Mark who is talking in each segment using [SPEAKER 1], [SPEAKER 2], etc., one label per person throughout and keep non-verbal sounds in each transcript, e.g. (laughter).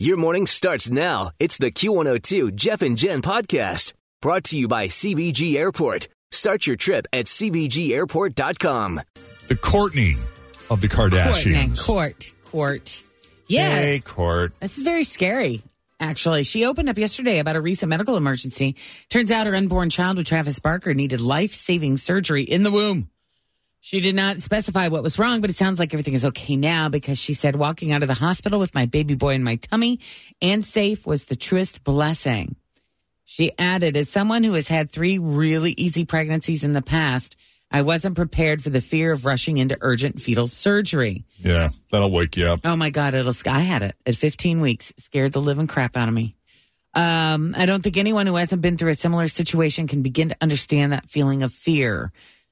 [SPEAKER 1] Your morning starts now. It's the Q102 Jeff and Jen podcast brought to you by CBG Airport. Start your trip at CBGAirport.com.
[SPEAKER 2] the courtney of the
[SPEAKER 3] Courtney.
[SPEAKER 2] Kardashians.
[SPEAKER 3] Court. Court. Yeah.
[SPEAKER 2] Hey, court.
[SPEAKER 3] This is very scary, actually. She opened up yesterday about a recent medical emergency. Turns out her unborn child with Travis Barker needed life saving surgery in the womb. She did not specify what was wrong, but it sounds like everything is okay now because she said walking out of the hospital with my baby boy in my tummy and safe was the truest blessing. She added, as someone who has had three really easy pregnancies in the past, I wasn't prepared for the fear of rushing into urgent fetal surgery.
[SPEAKER 2] Yeah, that'll wake you up.
[SPEAKER 3] Oh my God, it'll. sc- I had it at 15 weeks, scared the living crap out of me. Um, I don't think anyone who hasn't been through a similar situation can begin to understand that feeling of fear.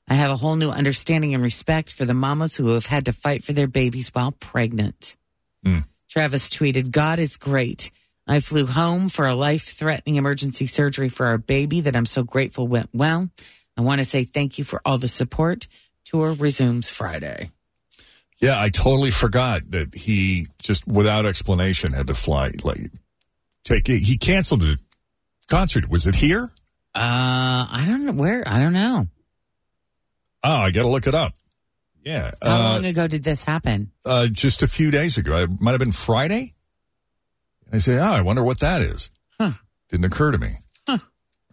[SPEAKER 3] I have a whole new understanding and respect for the mamas who have had to fight for their babies while pregnant.
[SPEAKER 2] Hmm.
[SPEAKER 3] Travis tweeted, God is great. I flew home for a life threatening emergency surgery for our baby that I'm so grateful went well. I want to say thank you for all the support. Tour resumes Friday.
[SPEAKER 2] Yeah, I totally forgot that he just without explanation had to fly late. Take it. He canceled a concert. Was it here?
[SPEAKER 3] Uh, I don't know where. I don't know.
[SPEAKER 2] Oh, I got to look it up. Yeah,
[SPEAKER 3] How
[SPEAKER 2] uh,
[SPEAKER 3] long ago did this happen?
[SPEAKER 2] uh, just a few days ago. It might have been Friday. I say, oh, I wonder what that is.
[SPEAKER 3] Huh.
[SPEAKER 2] Didn't occur to me.
[SPEAKER 3] Huh.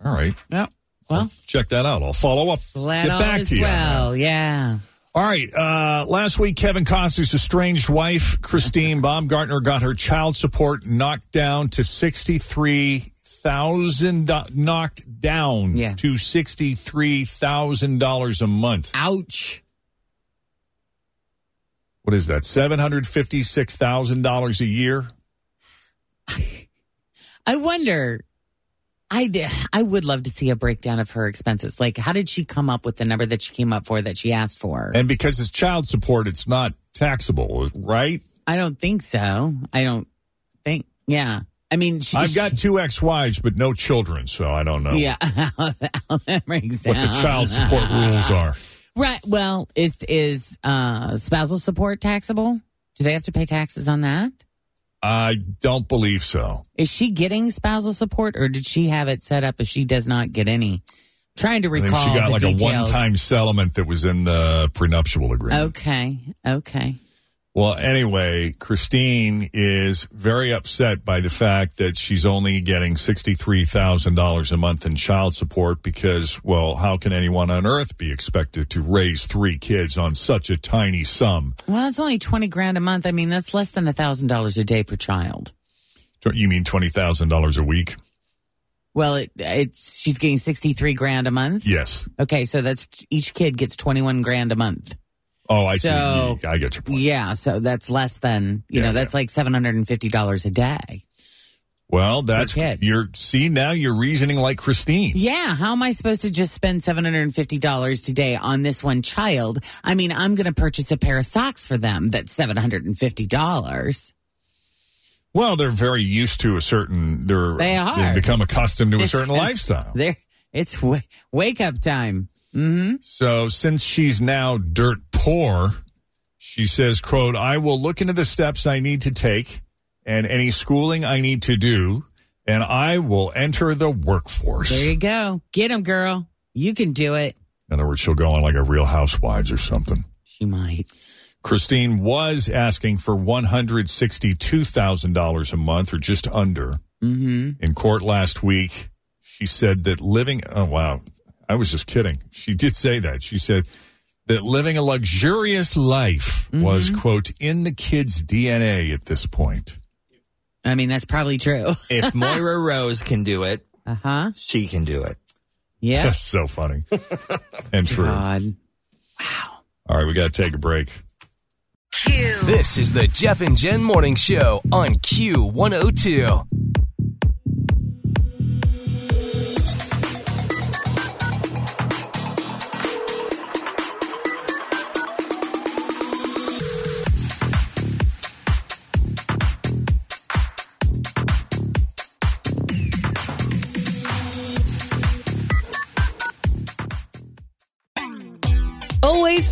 [SPEAKER 2] All right.
[SPEAKER 3] Yeah. Well,
[SPEAKER 2] I'll check that out. I'll follow up.
[SPEAKER 3] glad
[SPEAKER 2] Get
[SPEAKER 3] all
[SPEAKER 2] back
[SPEAKER 3] is
[SPEAKER 2] to you on that.
[SPEAKER 3] well. Yeah.
[SPEAKER 2] All right. Uh, last week, Kevin Costner's estranged wife,
[SPEAKER 3] (laughs)
[SPEAKER 2] Christine Baumgartner, got her child support knocked down to sixty-three thousand knocked down
[SPEAKER 3] Yeah.
[SPEAKER 2] to sixty-three thousand dollars a month.
[SPEAKER 3] Ouch.
[SPEAKER 2] What is that? Seven hundred fifty-six thousand dollars a year.
[SPEAKER 3] I wonder. I d- I would love to see a breakdown of her expenses. Like, how did she come up with the number that she came up for that she asked for?
[SPEAKER 2] And because it's child support, it's not taxable, right?
[SPEAKER 3] I don't think so. I don't think. Yeah. I mean, she,
[SPEAKER 2] I've got two ex-wives, but no children, so I don't
[SPEAKER 3] (laughs)
[SPEAKER 2] know
[SPEAKER 3] Yeah. (laughs) that breaks
[SPEAKER 2] what
[SPEAKER 3] down.
[SPEAKER 2] the child support rules are.
[SPEAKER 3] (laughs) Right. Well, is is uh, spousal support taxable? Do they have to pay taxes on that?
[SPEAKER 2] I don't believe so.
[SPEAKER 3] Is she getting spousal support, or did she have it set up as she does not get any? trying to
[SPEAKER 2] I
[SPEAKER 3] recall.
[SPEAKER 2] think she got
[SPEAKER 3] the
[SPEAKER 2] like a
[SPEAKER 3] details.
[SPEAKER 2] one-time settlement that was in the prenuptial
[SPEAKER 3] Oh.
[SPEAKER 2] agreement.
[SPEAKER 3] Okay. Okay.
[SPEAKER 2] Well, anyway, Christine is very upset by the fact that she's only getting sixty-three thousand dollars a month in child support because, well, how can anyone on earth be expected to raise three kids on such a tiny sum?
[SPEAKER 3] Well, it's only twenty grand a month. I mean, that's less than a thousand dollars a day per child.
[SPEAKER 2] Don't You mean twenty thousand dollars a week?
[SPEAKER 3] Well, it, it's she's getting sixty three grand a month.
[SPEAKER 2] Yes.
[SPEAKER 3] Okay, so that's each kid gets twenty one grand a month.
[SPEAKER 2] Oh, I
[SPEAKER 3] So-
[SPEAKER 2] see. I get your point.
[SPEAKER 3] Yeah, so that's less than you
[SPEAKER 2] Yeah,
[SPEAKER 3] know. That's like seven hundred and fifty dollars a day.
[SPEAKER 2] Well, that's
[SPEAKER 3] kid.
[SPEAKER 2] you're see now you're reasoning like Christine.
[SPEAKER 3] Yeah, how am I supposed to just spend $750 today on this one child? I mean, I'm going to purchase a pair of socks for them that's $750.
[SPEAKER 2] Well, they're very used to a certain. They're
[SPEAKER 3] They are.
[SPEAKER 2] have become accustomed to a
[SPEAKER 3] It's- (laughs)
[SPEAKER 2] certain lifestyle.
[SPEAKER 3] There it's w- wake up time. Mhm.
[SPEAKER 2] So since she's now dirt poor, she says, "quote I will look into the steps I need to take and any schooling I need to do, and I will enter the workforce."
[SPEAKER 3] There you go. Get 'em, girl. You can do it.
[SPEAKER 2] In other words, she'll go on like a Real Housewives or something.
[SPEAKER 3] She might.
[SPEAKER 2] Christine was asking for one hundred sixty-two thousand dollars a month, or just under.
[SPEAKER 3] Mhm.
[SPEAKER 2] in court last week. She said that living, oh, wow, I was just kidding. She did say that. She said that living a luxurious life
[SPEAKER 3] Mm-hmm.
[SPEAKER 2] was, quote, in the kid's DNA at this point.
[SPEAKER 3] I mean, that's probably true.
[SPEAKER 4] (laughs)
[SPEAKER 3] (laughs)
[SPEAKER 4] if Moira Rose can do it,
[SPEAKER 3] Uh-huh.
[SPEAKER 4] she can do it.
[SPEAKER 3] Yeah.
[SPEAKER 2] That's so funny and true.
[SPEAKER 3] God.
[SPEAKER 2] All right, we got to take a break.
[SPEAKER 5] Q.
[SPEAKER 1] This is the Jeff and Jen Morning Show on Q102.
[SPEAKER 6] Always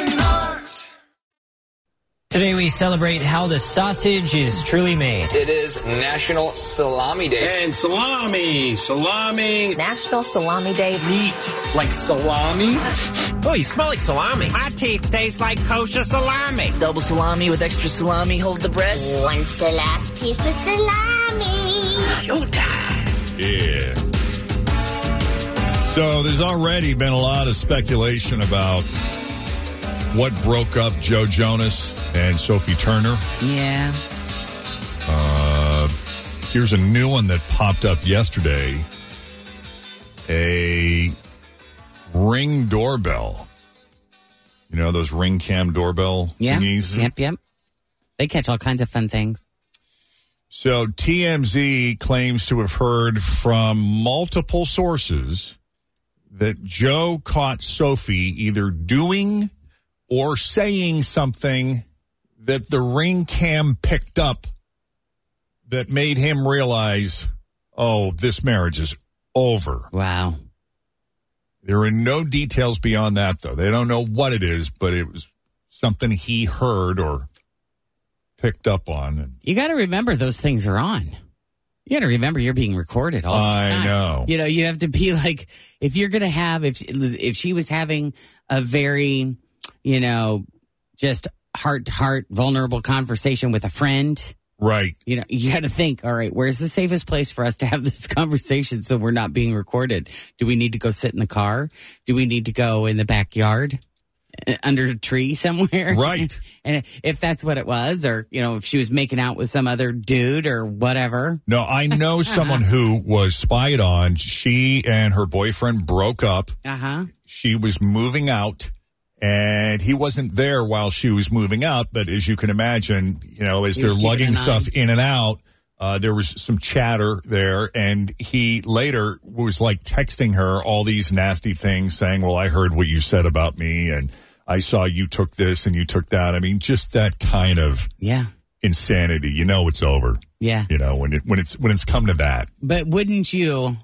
[SPEAKER 7] an art.
[SPEAKER 8] Today we celebrate how the sausage is truly made.
[SPEAKER 9] It is National Salami Day.
[SPEAKER 10] And salami, salami.
[SPEAKER 11] National Salami Day.
[SPEAKER 12] Meat like salami?
[SPEAKER 13] oh, you smell like salami.
[SPEAKER 14] My teeth taste like kosher salami.
[SPEAKER 15] Double salami with extra salami. Hold the bread.
[SPEAKER 16] Once the last piece of salami.
[SPEAKER 17] Your time.
[SPEAKER 2] Yeah. So there's already been a lot of speculation about what broke up Joe Jonas and Sophie Turner.
[SPEAKER 3] Yeah.
[SPEAKER 2] Uh, here's a new one that popped up yesterday a ring doorbell. You know, those ring cam doorbell
[SPEAKER 3] Yeah.
[SPEAKER 2] thingies?
[SPEAKER 3] Yep, yep. They catch all kinds of fun things.
[SPEAKER 2] So TMZ claims to have heard from multiple sources that Joe caught Sophie either doing or saying something that the ring cam picked up that made him realize, oh, this marriage is over.
[SPEAKER 3] Wow.
[SPEAKER 2] There are no details beyond that, though. They don't know what it is, but it was something he heard or picked up on. And
[SPEAKER 3] You got to remember those things are on. You got to remember you're being recorded all
[SPEAKER 2] I
[SPEAKER 3] the time.
[SPEAKER 2] know.
[SPEAKER 3] You know, you have to be (laughs) like, if you're going to have, if if she was having a very, you know, just heart to heart, vulnerable conversation with a friend,
[SPEAKER 2] right.
[SPEAKER 3] you know, you got to think, all right, where's the safest place for us to have this (laughs) conversation so we're not being recorded? Do we need to go sit in the car? Do we need to go in the backyard uh, under a tree somewhere?
[SPEAKER 2] Right.
[SPEAKER 3] (laughs) and if that's what it was, or, you know, if she was making out with some other dude or whatever.
[SPEAKER 2] No,
[SPEAKER 3] (laughs)
[SPEAKER 2] I know someone who was spied on. She and her boyfriend broke up.
[SPEAKER 3] Uh huh.
[SPEAKER 2] She was moving out and he wasn't there while she was moving out. But as you can imagine, you know, as
[SPEAKER 3] He
[SPEAKER 2] they're
[SPEAKER 3] was keeping
[SPEAKER 2] lugging
[SPEAKER 3] an
[SPEAKER 2] stuff in and out, uh, there was some chatter there. And he later was like texting her all these nasty things saying, well, I heard what you said about me and I saw you took this and you took that. I mean, just that kind of
[SPEAKER 3] Yeah.
[SPEAKER 2] insanity. You know, it's over,
[SPEAKER 3] Yeah.
[SPEAKER 2] you know, when it, when it's, when it's come to that.
[SPEAKER 3] But wouldn't you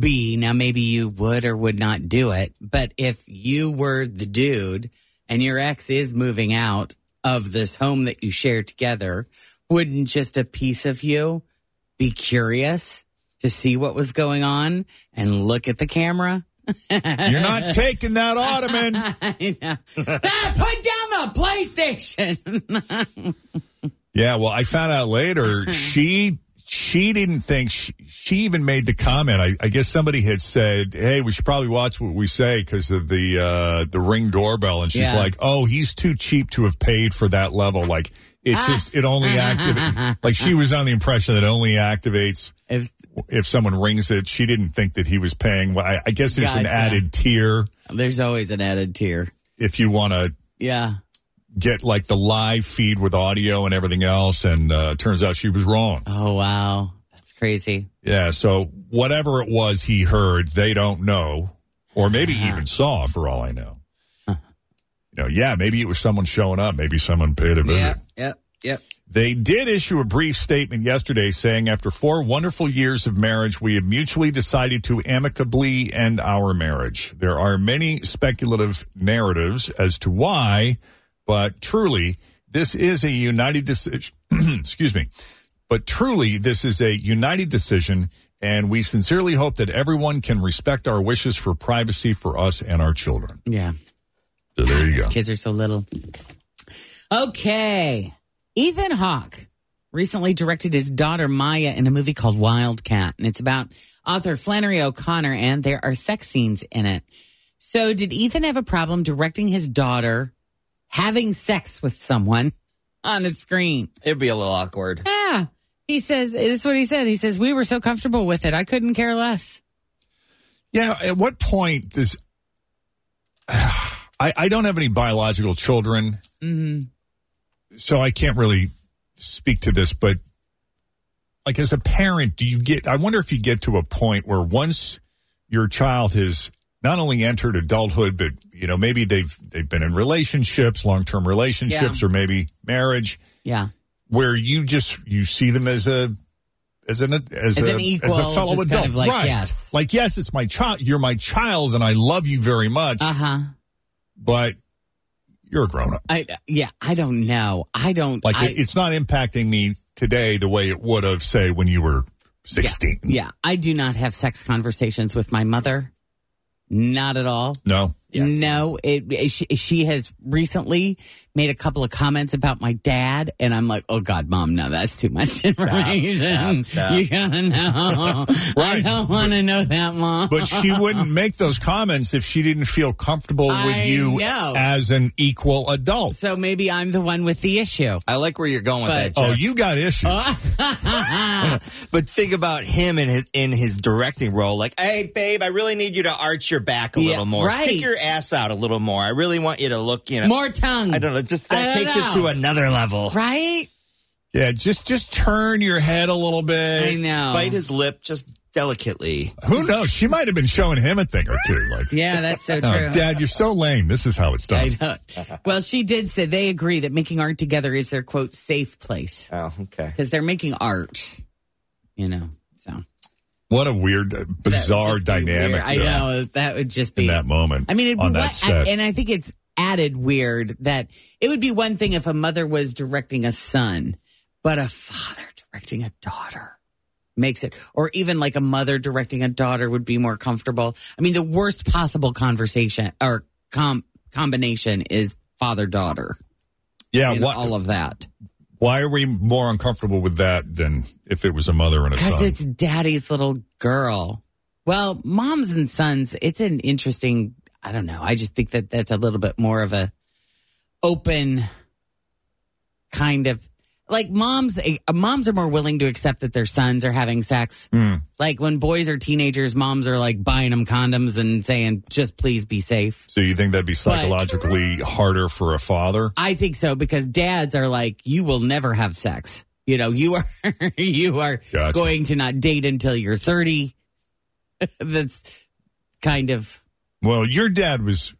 [SPEAKER 3] be now? Maybe you would or would not do it. But if you were the dude and your ex is moving out of this home that you share together, wouldn't just a piece of you be curious to see what was going on and look at the camera?
[SPEAKER 2] You're not taking that ottoman.
[SPEAKER 3] (laughs) I know. Ah, put down the PlayStation.
[SPEAKER 2] Yeah, well, I found out
[SPEAKER 3] Uh-huh.
[SPEAKER 2] later she she didn't think she, she even made the comment. I, I guess somebody had said, "Hey, we should probably watch what we say because of the uh, the ring doorbell." And she's
[SPEAKER 3] Yeah.
[SPEAKER 2] like, "Oh, he's too cheap to have paid for that level. Like
[SPEAKER 3] Ah.
[SPEAKER 2] it's just it
[SPEAKER 3] (laughs)
[SPEAKER 2] only activates. like she was on the impression that it only activates."
[SPEAKER 3] It was-
[SPEAKER 2] If someone rings it, she didn't think that he was paying. Well, I, I guess there's an
[SPEAKER 3] Gotcha.
[SPEAKER 2] added tier
[SPEAKER 3] there's always an added tear.
[SPEAKER 2] if you want to
[SPEAKER 3] Yeah.
[SPEAKER 2] get like the live feed with audio and everything else. And uh, turns out she was wrong.
[SPEAKER 3] Oh wow, that's crazy.
[SPEAKER 2] Yeah, so whatever it was he heard, they don't know, or maybe
[SPEAKER 3] Uh-huh.
[SPEAKER 2] even saw, for all I know. You know, yeah, maybe it was someone showing up, maybe someone paid a visit.
[SPEAKER 3] Yep. Yep. Yep.
[SPEAKER 2] They did issue a brief statement yesterday saying, after four wonderful years of marriage, we have mutually decided to amicably end our marriage. There are many speculative narratives as to why, but truly, this is a united decision. (clears throat) Excuse me. But truly, this is a united decision, and we sincerely hope that everyone can respect our wishes for privacy for us and our children.
[SPEAKER 3] Yeah.
[SPEAKER 2] So there you go.
[SPEAKER 3] Kids are so little. Okay. Ethan Hawke recently directed his daughter Maya in a movie called Wildcat, and it's about author Flannery O'Connor, and there are sex scenes in it. So, did Ethan have a problem directing his daughter having sex with someone (laughs) on a screen?
[SPEAKER 4] It'd be a little awkward.
[SPEAKER 3] Yeah. He says, this is what he said. He says, we were so comfortable with it. I couldn't care less.
[SPEAKER 2] Yeah. At what point does. (sighs) I, I don't have any biological children,
[SPEAKER 3] mm-hmm.
[SPEAKER 2] so I can't really speak to this, but like as a parent, do you get, I wonder if you get to a point where once your child has not only entered adulthood, but you know, maybe they've, they've been in relationships, long-term relationships,
[SPEAKER 3] Yeah.
[SPEAKER 2] or maybe marriage
[SPEAKER 3] Yeah.
[SPEAKER 2] where you just, you see them as a, as an, as,
[SPEAKER 3] As
[SPEAKER 2] a,
[SPEAKER 3] an equal,
[SPEAKER 2] as a fellow
[SPEAKER 3] just
[SPEAKER 2] adult.
[SPEAKER 3] kind of like,
[SPEAKER 2] right.
[SPEAKER 3] yes.
[SPEAKER 2] Like, yes, it's my child. You're my child and I love you very much,
[SPEAKER 3] Uh huh.
[SPEAKER 2] but you're a grown up.
[SPEAKER 3] I, yeah, I don't know. I don't
[SPEAKER 2] Like
[SPEAKER 3] I,
[SPEAKER 2] it, it's not impacting me today the way it would have, say, when you were 16.
[SPEAKER 3] Yeah, I do not have sex conversations with my mother. Not at all.
[SPEAKER 2] No.
[SPEAKER 3] no, it, it- she, she has recently made a couple of comments about my dad, and I'm like, oh God, mom, no, that's too much information. (laughs)
[SPEAKER 4] stop, stop.
[SPEAKER 3] You gotta know. I don't want to know that, mom. (laughs)
[SPEAKER 2] But she wouldn't make those comments if she didn't feel comfortable with
[SPEAKER 3] I
[SPEAKER 2] you
[SPEAKER 3] know.
[SPEAKER 2] as an equal adult.
[SPEAKER 3] So maybe I'm the one with the issue.
[SPEAKER 4] I like where you're going with
[SPEAKER 3] But- Oh.
[SPEAKER 4] that.
[SPEAKER 2] oh,
[SPEAKER 4] Jeff.
[SPEAKER 2] you got issues.
[SPEAKER 3] (laughs)
[SPEAKER 4] But think about him in his in his directing role. Like, hey, babe, I really need you to arch your back a
[SPEAKER 3] Yeah,
[SPEAKER 4] little more.
[SPEAKER 3] right.
[SPEAKER 4] Stick your ass out a little more. I really want you to look. You know,
[SPEAKER 3] More tongue.
[SPEAKER 4] I don't know. Just
[SPEAKER 3] I
[SPEAKER 4] that
[SPEAKER 3] don't
[SPEAKER 4] takes it
[SPEAKER 3] know.
[SPEAKER 4] to another level.
[SPEAKER 3] Right?
[SPEAKER 2] yeah, just just turn your head a little
[SPEAKER 3] I
[SPEAKER 2] bit.
[SPEAKER 3] know.
[SPEAKER 4] Bite his lip just delicately.
[SPEAKER 2] Who knows? She might have been showing him a thing or two. Like,
[SPEAKER 3] Yeah, that's
[SPEAKER 4] (laughs)
[SPEAKER 3] so true.
[SPEAKER 2] "Oh, Dad, you're so lame. This is how it's
[SPEAKER 3] I
[SPEAKER 2] done.
[SPEAKER 3] know. Well, she did say they agree that making art together is their quote safe place
[SPEAKER 4] Oh, okay.
[SPEAKER 3] because they're making art, you know. So that
[SPEAKER 2] What a weird, uh,
[SPEAKER 3] would
[SPEAKER 2] bizarre
[SPEAKER 3] just be
[SPEAKER 2] dynamic.
[SPEAKER 3] weird. I
[SPEAKER 2] though,
[SPEAKER 3] know that would just
[SPEAKER 2] In
[SPEAKER 3] be.
[SPEAKER 2] that moment.
[SPEAKER 3] I mean, it'd be
[SPEAKER 2] on
[SPEAKER 3] one,
[SPEAKER 2] that set.
[SPEAKER 3] and I think it's added weird that it would be one thing if a mother was directing a son, but a father directing a daughter makes it, or even like a mother directing a daughter would be more comfortable. I mean, the worst possible conversation or com- combination is father daughter.
[SPEAKER 2] yeah,
[SPEAKER 3] in
[SPEAKER 2] what,
[SPEAKER 3] all of that
[SPEAKER 2] why are we more uncomfortable with that than if it was a mother and a
[SPEAKER 3] because
[SPEAKER 2] son?
[SPEAKER 3] it's daddy's little girl. Well, moms and sons, it's an interesting. I don't know. I just think that that's a little bit more of a open kind of like moms. eh, Moms are more willing to accept that their sons are having sex.
[SPEAKER 2] Mm.
[SPEAKER 3] Like when boys are teenagers, moms are like buying them condoms and saying, "Just please be safe."
[SPEAKER 2] So you think that'd be psychologically harder for a father?
[SPEAKER 3] I think so because dads are like, you will never have sex. You know, you are (laughs) you are
[SPEAKER 2] Gotcha.
[SPEAKER 3] going to not date until you're thirty. (laughs) That's kind of
[SPEAKER 2] Well, your dad was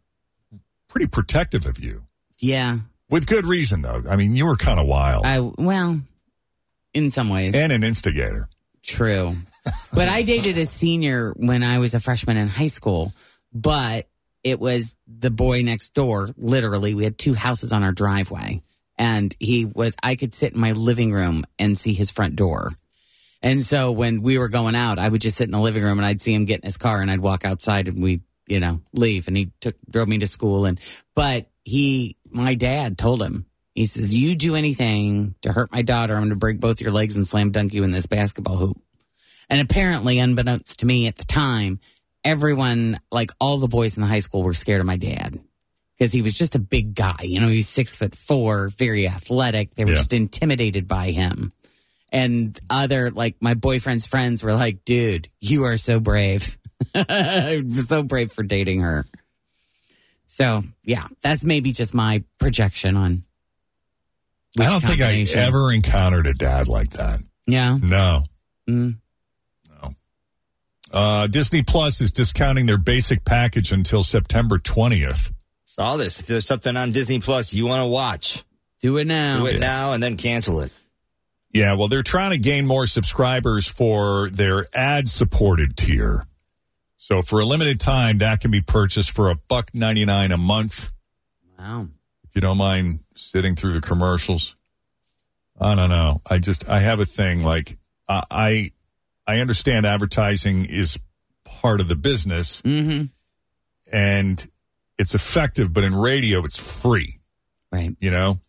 [SPEAKER 2] pretty protective of you.
[SPEAKER 3] yeah.
[SPEAKER 2] With good reason, though. I mean, you were kind of wild
[SPEAKER 3] I well, in some ways,
[SPEAKER 2] and an instigator. (laughs)
[SPEAKER 3] true. But I dated a senior when I was a freshman in high school, but it was the boy next door. Literally, we had two houses on our driveway, and he was. I could sit in my living room and see his front door. And so when we were going out, I would just sit in the living room and I'd see him get in his car and I'd walk outside and we, you know, leave. And he took drove me to school and but he my dad told him, he says, You do anything to hurt my daughter, I'm gonna break both your legs and slam dunk you in this basketball hoop. And apparently, unbeknownst to me at the time, everyone, like all the boys in the high school, were scared of my dad because he was just a big guy. You know, he was six foot four, very athletic. They were
[SPEAKER 2] Yeah.
[SPEAKER 3] just intimidated by him. And other, like my boyfriend's friends were like, dude, you are so brave. (laughs) so brave for dating her. So, yeah, that's maybe just my projection on.
[SPEAKER 2] I
[SPEAKER 3] which
[SPEAKER 2] don't think I
[SPEAKER 3] combination.
[SPEAKER 2] ever encountered a dad like that.
[SPEAKER 3] Yeah.
[SPEAKER 2] No.
[SPEAKER 3] Mm.
[SPEAKER 2] Uh, Disney Plus is discounting their basic package until September 20th.
[SPEAKER 4] Saw this. If there's something on Disney Plus you want to watch,
[SPEAKER 3] Do it now.
[SPEAKER 4] do it now and then cancel it.
[SPEAKER 2] Yeah, well, they're trying to gain more subscribers for their ad supported tier. So for a limited time, that can be purchased for a buck 99 a month.
[SPEAKER 3] Wow.
[SPEAKER 2] if you don't mind sitting through the commercials. I don't know. I just I have a thing like I I, I understand advertising is part of the business
[SPEAKER 3] Mm-hmm.
[SPEAKER 2] and it's effective, but in radio it's free.
[SPEAKER 3] Right.
[SPEAKER 2] You know,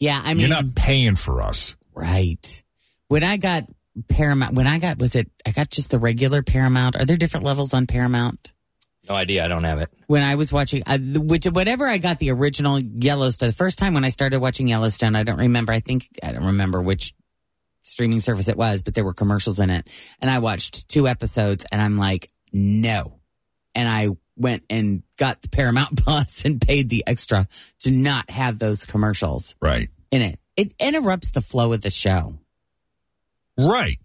[SPEAKER 3] Yeah, I mean,
[SPEAKER 2] you're not paying for us.
[SPEAKER 3] right. When I got Paramount, when I got, was it, I got just the regular Paramount. Are there different levels on Paramount?
[SPEAKER 4] No idea. I don't have it.
[SPEAKER 3] When I was watching, uh, which, whatever I got the original Yellowstone, the first time when I started watching Yellowstone, I don't remember. I think, I don't remember which streaming service it was, but there were commercials in it. And I watched two episodes and I'm like, no. And I went and got the Paramount (laughs) Plus and paid the extra to not have those commercials
[SPEAKER 2] right
[SPEAKER 3] in it. It interrupts the flow of the show.
[SPEAKER 2] Right.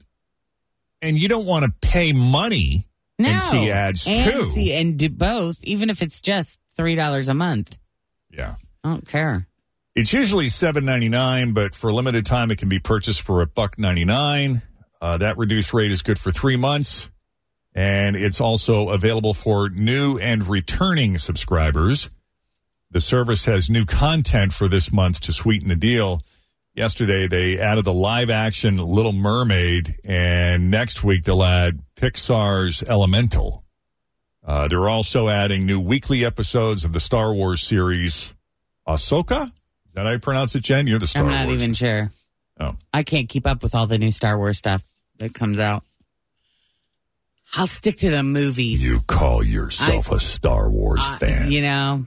[SPEAKER 2] And you don't want to pay money
[SPEAKER 3] No.
[SPEAKER 2] and see ads
[SPEAKER 3] and
[SPEAKER 2] too.
[SPEAKER 3] see- and do both, even if it's just $3 a month.
[SPEAKER 2] yeah.
[SPEAKER 3] I don't care.
[SPEAKER 2] It's usually seven ninety nine, but for a limited time, it can be purchased for a buck ninety nine. Uh, that reduced rate is good for three months, and it's also available for new and returning subscribers. The service has new content for this month to sweeten the deal. Yesterday, they added the live action Little Mermaid, and next week they'll add Pixar's Elemental. Uh, they're also adding new weekly episodes of the Star Wars series Ahsoka. Is that how you pronounce it, Jen? You're the Star
[SPEAKER 3] I'm not
[SPEAKER 2] Wars.
[SPEAKER 3] even sure.
[SPEAKER 2] Oh.
[SPEAKER 3] I can't keep up with all the new Star Wars stuff that comes out. I'll stick to the movies.
[SPEAKER 2] You call yourself a Star Wars
[SPEAKER 3] I-
[SPEAKER 2] fan.
[SPEAKER 3] You know,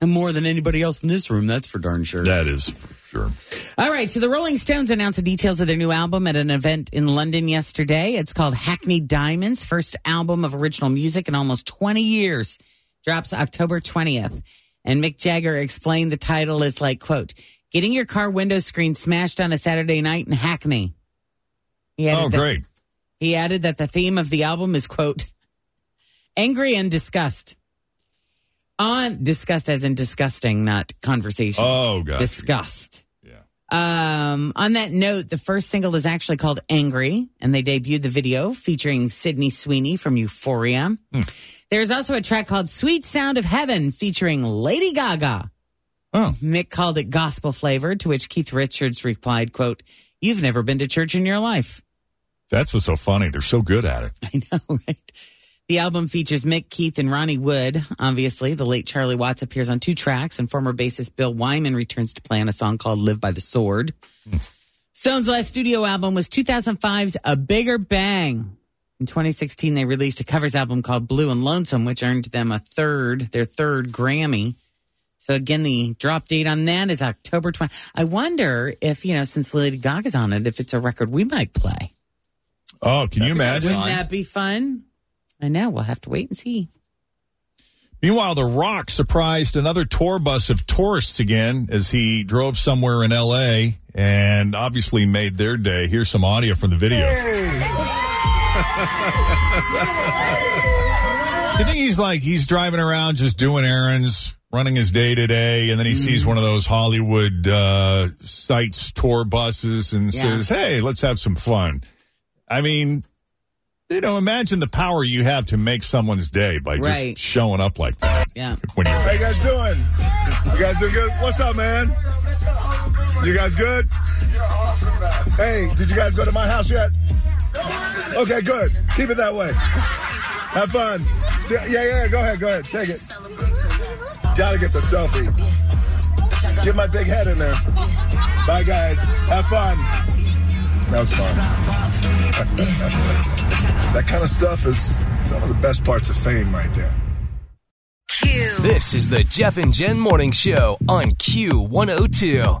[SPEAKER 3] and more than anybody else in this room, that's for darn sure.
[SPEAKER 2] That is for sure.
[SPEAKER 3] All right, so the Rolling Stones announced the details of their new album at an event in London yesterday. It's called Hackney Diamonds, first album of original music in almost 20 years. Drops October 20th. And Mick Jagger explained the title is like, quote, getting your car window screen smashed on a Saturday night in Hackney. He added
[SPEAKER 2] Oh,
[SPEAKER 3] that-
[SPEAKER 2] great.
[SPEAKER 3] He added that the theme of the album is, quote, angry and disgust. On disgust as in disgusting, not conversation.
[SPEAKER 2] Oh, gotcha.
[SPEAKER 3] Disgust. Um, on that note, the first single is actually called Angry, and they debuted the video featuring Sydney Sweeney from Euphoria.
[SPEAKER 2] Hmm.
[SPEAKER 3] There's also a track called Sweet Sound of Heaven featuring Lady Gaga.
[SPEAKER 2] Oh.
[SPEAKER 3] Mick called it gospel flavored, to which Keith Richards replied, quote, You've never been to church in your life.
[SPEAKER 2] That's what's so funny. They're so good at it.
[SPEAKER 3] (laughs) I know, right? The album features Mick, Keith, and Ronnie Wood. Obviously, the late Charlie Watts appears on two tracks, and former bassist Bill Wyman returns to play on a song called Live by the Sword. Stone's last studio album was 2005's A Bigger Bang. In 2016, they released a covers album called Blue and Lonesome, which earned them a third, their third Grammy. So again, the drop date on that is October 20. I wonder if, you know, since Lady Gaga's on it, if it's a record we might play.
[SPEAKER 2] Oh, can you imagine?
[SPEAKER 3] Wouldn't that be fun? I know. We'll have to wait and see.
[SPEAKER 2] Meanwhile, The Rock surprised another tour bus of tourists again as he drove somewhere in L.A. and obviously made their day. Here's some audio from the (laughs) video. You think he's like he's driving around just doing errands, running his day to day, and then he
[SPEAKER 5] Mm-hmm.
[SPEAKER 2] sees one of those Hollywood uh, sites tour buses and
[SPEAKER 5] Yeah.
[SPEAKER 2] says, "Hey, let's have some fun." I mean, you know, imagine the power you have to make someone's day by
[SPEAKER 5] Right.
[SPEAKER 2] just showing up like that.
[SPEAKER 3] Yeah.
[SPEAKER 2] When you
[SPEAKER 5] How you guys doing? You guys doing good? What's up, man? You guys good? Hey, did you guys go to my house yet? Okay, good. Keep it that way. Have fun. Yeah, yeah, yeah. Go ahead, go ahead. Take it. Gotta get the selfie. Get my big head in there. Bye, guys. Have fun. That was fun. (laughs) that kind of stuff is some of the best parts of fame right there.
[SPEAKER 1] This is the Jeff and Jen Morning Show on Q102.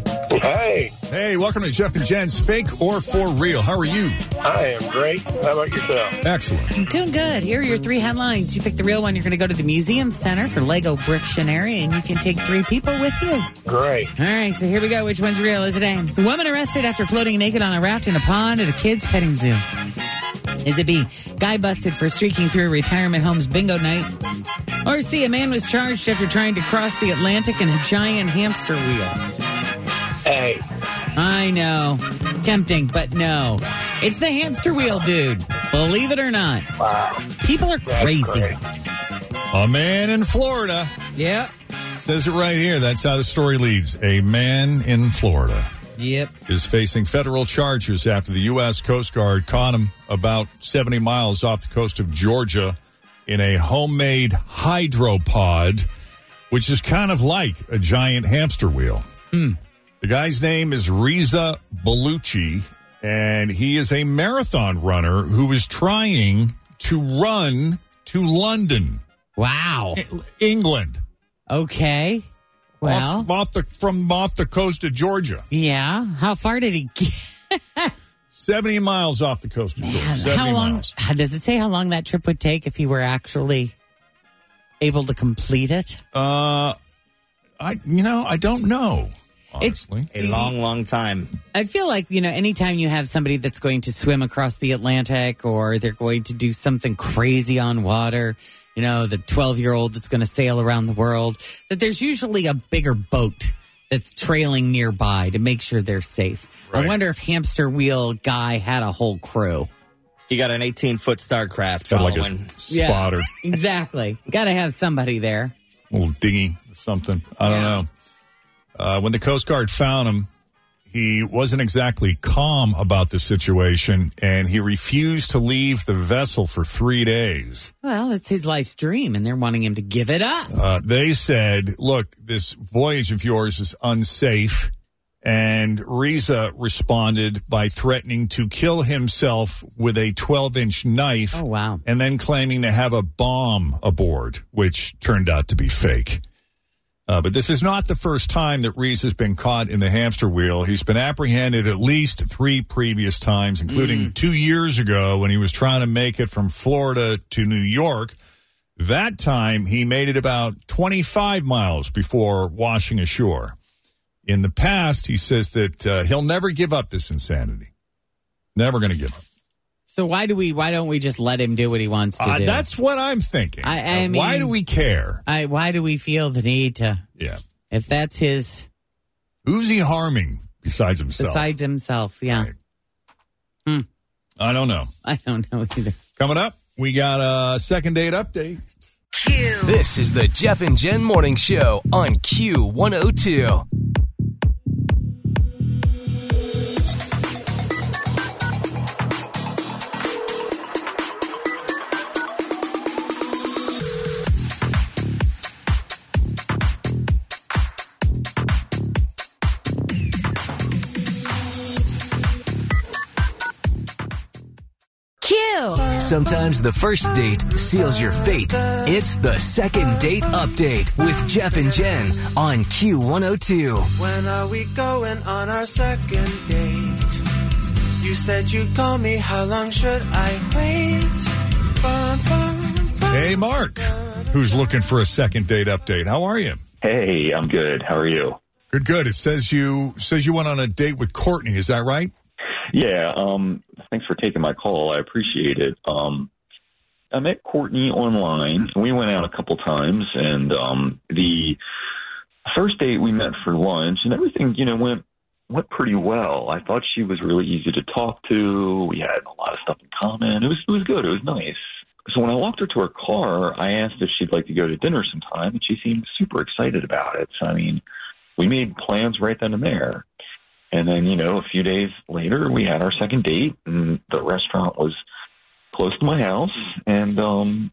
[SPEAKER 18] Hey.
[SPEAKER 2] Hey, welcome to Jeff and Jen's Fake or For Real. How are you?
[SPEAKER 18] I am great. How about yourself?
[SPEAKER 2] Excellent.
[SPEAKER 3] I'm doing good. Here are your three headlines. You pick the real one. You're going to go to the Museum Center for Lego Brictionary, and you can take three people with you.
[SPEAKER 18] Great.
[SPEAKER 3] All right, so here we go. Which one's real? Is it A? The woman arrested after floating naked on a raft in a pond at a kid's petting zoo. Is it B? Guy busted for streaking through a retirement home's bingo night. Or C? A man was charged after trying to cross the Atlantic in a giant hamster wheel.
[SPEAKER 18] Hey.
[SPEAKER 3] I know. Tempting, but no. It's the hamster wheel dude. Believe it or not.
[SPEAKER 18] Wow.
[SPEAKER 3] People are
[SPEAKER 18] That's
[SPEAKER 3] crazy.
[SPEAKER 18] great.
[SPEAKER 2] A man in Florida
[SPEAKER 3] Yep.
[SPEAKER 2] says it right here. That's how the story leads. A man in Florida
[SPEAKER 3] Yep.
[SPEAKER 2] is facing federal charges after the U.S. Coast Guard caught him about 70 miles off the coast of Georgia in a homemade hydropod, which is kind of like a giant hamster wheel.
[SPEAKER 3] Hmm.
[SPEAKER 2] The guy's name is Riza Bellucci, and he is a marathon runner who is trying to run to London, E,
[SPEAKER 3] Wow.
[SPEAKER 2] England.
[SPEAKER 3] Okay. Well,
[SPEAKER 2] off, off the from off the coast of Georgia,
[SPEAKER 3] yeah. How far did he get?
[SPEAKER 2] seventy miles off the coast of Georgia. Seventy
[SPEAKER 3] how long?
[SPEAKER 2] miles.
[SPEAKER 3] how- Does it say how long that trip would take if he were actually able to complete it?
[SPEAKER 2] Uh, I you know I don't know
[SPEAKER 3] It's-
[SPEAKER 2] honestly.
[SPEAKER 4] A long, long time.
[SPEAKER 3] I feel like, you know, anytime you have somebody that's going to swim across the Atlantic or they're going to do something crazy on water, you know, the 12 year old that's going to sail around the world, that there's usually a bigger boat that's trailing nearby to make sure they're safe. I
[SPEAKER 2] Right.
[SPEAKER 3] wonder if Hamster Wheel Guy had a whole crew.
[SPEAKER 4] You got an 18 foot Starcraft
[SPEAKER 2] Got like
[SPEAKER 4] following.
[SPEAKER 2] a
[SPEAKER 3] Yeah.
[SPEAKER 2] spotter,
[SPEAKER 3] Exactly. Got to have somebody there.
[SPEAKER 2] little dinghy or something. I don't know. Uh, when the Coast Guard found him, he wasn't exactly calm about the situation, and he refused to leave the vessel for three days.
[SPEAKER 3] Well, it's his life's dream, and they're wanting him to give it up.
[SPEAKER 2] Uh, they said, look, this voyage of yours is unsafe. And Riza responded by threatening to kill himself with a 12 inch knife
[SPEAKER 3] Oh, wow.
[SPEAKER 2] and then claiming to have a bomb aboard, which turned out to be fake. Uh, but this is not the first time that Reese has been caught in the hamster wheel. He's been apprehended at least three previous times, including
[SPEAKER 3] Mm.
[SPEAKER 2] two years ago when he was trying to make it from Florida to New York. That time, he made it about 25 miles before washing ashore. In the past, he says that uh, he'll never give up this insanity. Never going to give up.
[SPEAKER 3] So why do we? Why don't we just let him do what he wants to
[SPEAKER 2] Uh,
[SPEAKER 3] do?
[SPEAKER 2] that's what I'm thinking.
[SPEAKER 3] I- I
[SPEAKER 2] Uh, why
[SPEAKER 3] mean-
[SPEAKER 2] do we care?
[SPEAKER 3] I, why do we feel the need to?
[SPEAKER 2] Yeah.
[SPEAKER 3] If that's his,
[SPEAKER 2] Who's he harming besides himself?
[SPEAKER 3] besides himself, yeah. Hmm.
[SPEAKER 2] Right. I don't know.
[SPEAKER 3] (laughs) I don't know either.
[SPEAKER 2] Coming up, we got a second date update.
[SPEAKER 1] This is the Jeff and Jen Morning Show on Q102.
[SPEAKER 16] Q.
[SPEAKER 1] Sometimes the first date seals your fate. It's the second date update with Jeff and Jen on Q102.
[SPEAKER 12] When are we going on our second date? You said you'd call me. How long should I wait? Bum, bum, bum.
[SPEAKER 2] Hey, Mark, who's looking for a second date update? How are you?
[SPEAKER 19] Hey, I'm good. How are you?
[SPEAKER 2] Good, good. It says you says you went on a date with Courtney. Is that right?
[SPEAKER 19] Yeah, um, thanks for taking my call. I appreciate it. Um, I met Courtney online. We went out a couple times, and um, the first date we met for lunch, and everything, you know, went went pretty well. I thought she was really easy to talk to. We had a lot of stuff in common. It was it was good. It was nice. So when I walked her to her car, I asked if she'd like to go to dinner sometime, and she seemed super excited about it. So I mean, we made plans right then and there. And then, you know, a few days later, we had our second date, and the restaurant was close to my house. And um,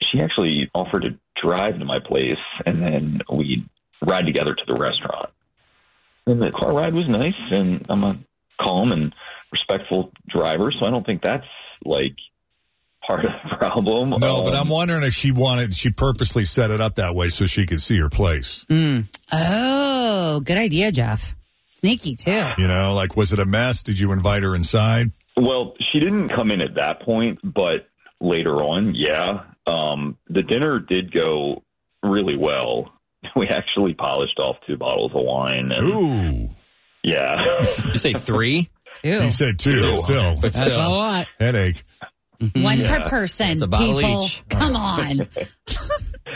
[SPEAKER 19] she actually offered to drive to my place, and then we'd ride together to the restaurant. And the car ride was nice, and I'm a calm and respectful driver, so I don't think that's like part of the problem.
[SPEAKER 2] No, Oh, but
[SPEAKER 19] Um,
[SPEAKER 2] I'm wondering if she wanted she purposely set it up that way so she could see her place.
[SPEAKER 3] Mm.
[SPEAKER 20] Oh, good idea, Jeff.
[SPEAKER 3] Sneaky, too.
[SPEAKER 2] You know, like, was it a mess? Did you invite her inside?
[SPEAKER 19] Well, she didn't come in at that point, but later on, yeah. Um, the dinner did go really well. (laughs) We actually polished off two bottles of wine. And,
[SPEAKER 2] Ooh.
[SPEAKER 19] Yeah.
[SPEAKER 4] You
[SPEAKER 19] (laughs)
[SPEAKER 4] say three?
[SPEAKER 2] He said two.
[SPEAKER 4] Ew.
[SPEAKER 2] Still.
[SPEAKER 4] But That's still. a
[SPEAKER 3] lot.
[SPEAKER 2] Headache.
[SPEAKER 4] Mm.
[SPEAKER 20] One
[SPEAKER 19] Yeah.
[SPEAKER 20] per person.
[SPEAKER 4] That's a bottle
[SPEAKER 20] people,
[SPEAKER 4] each.
[SPEAKER 20] come
[SPEAKER 4] (laughs)
[SPEAKER 20] on.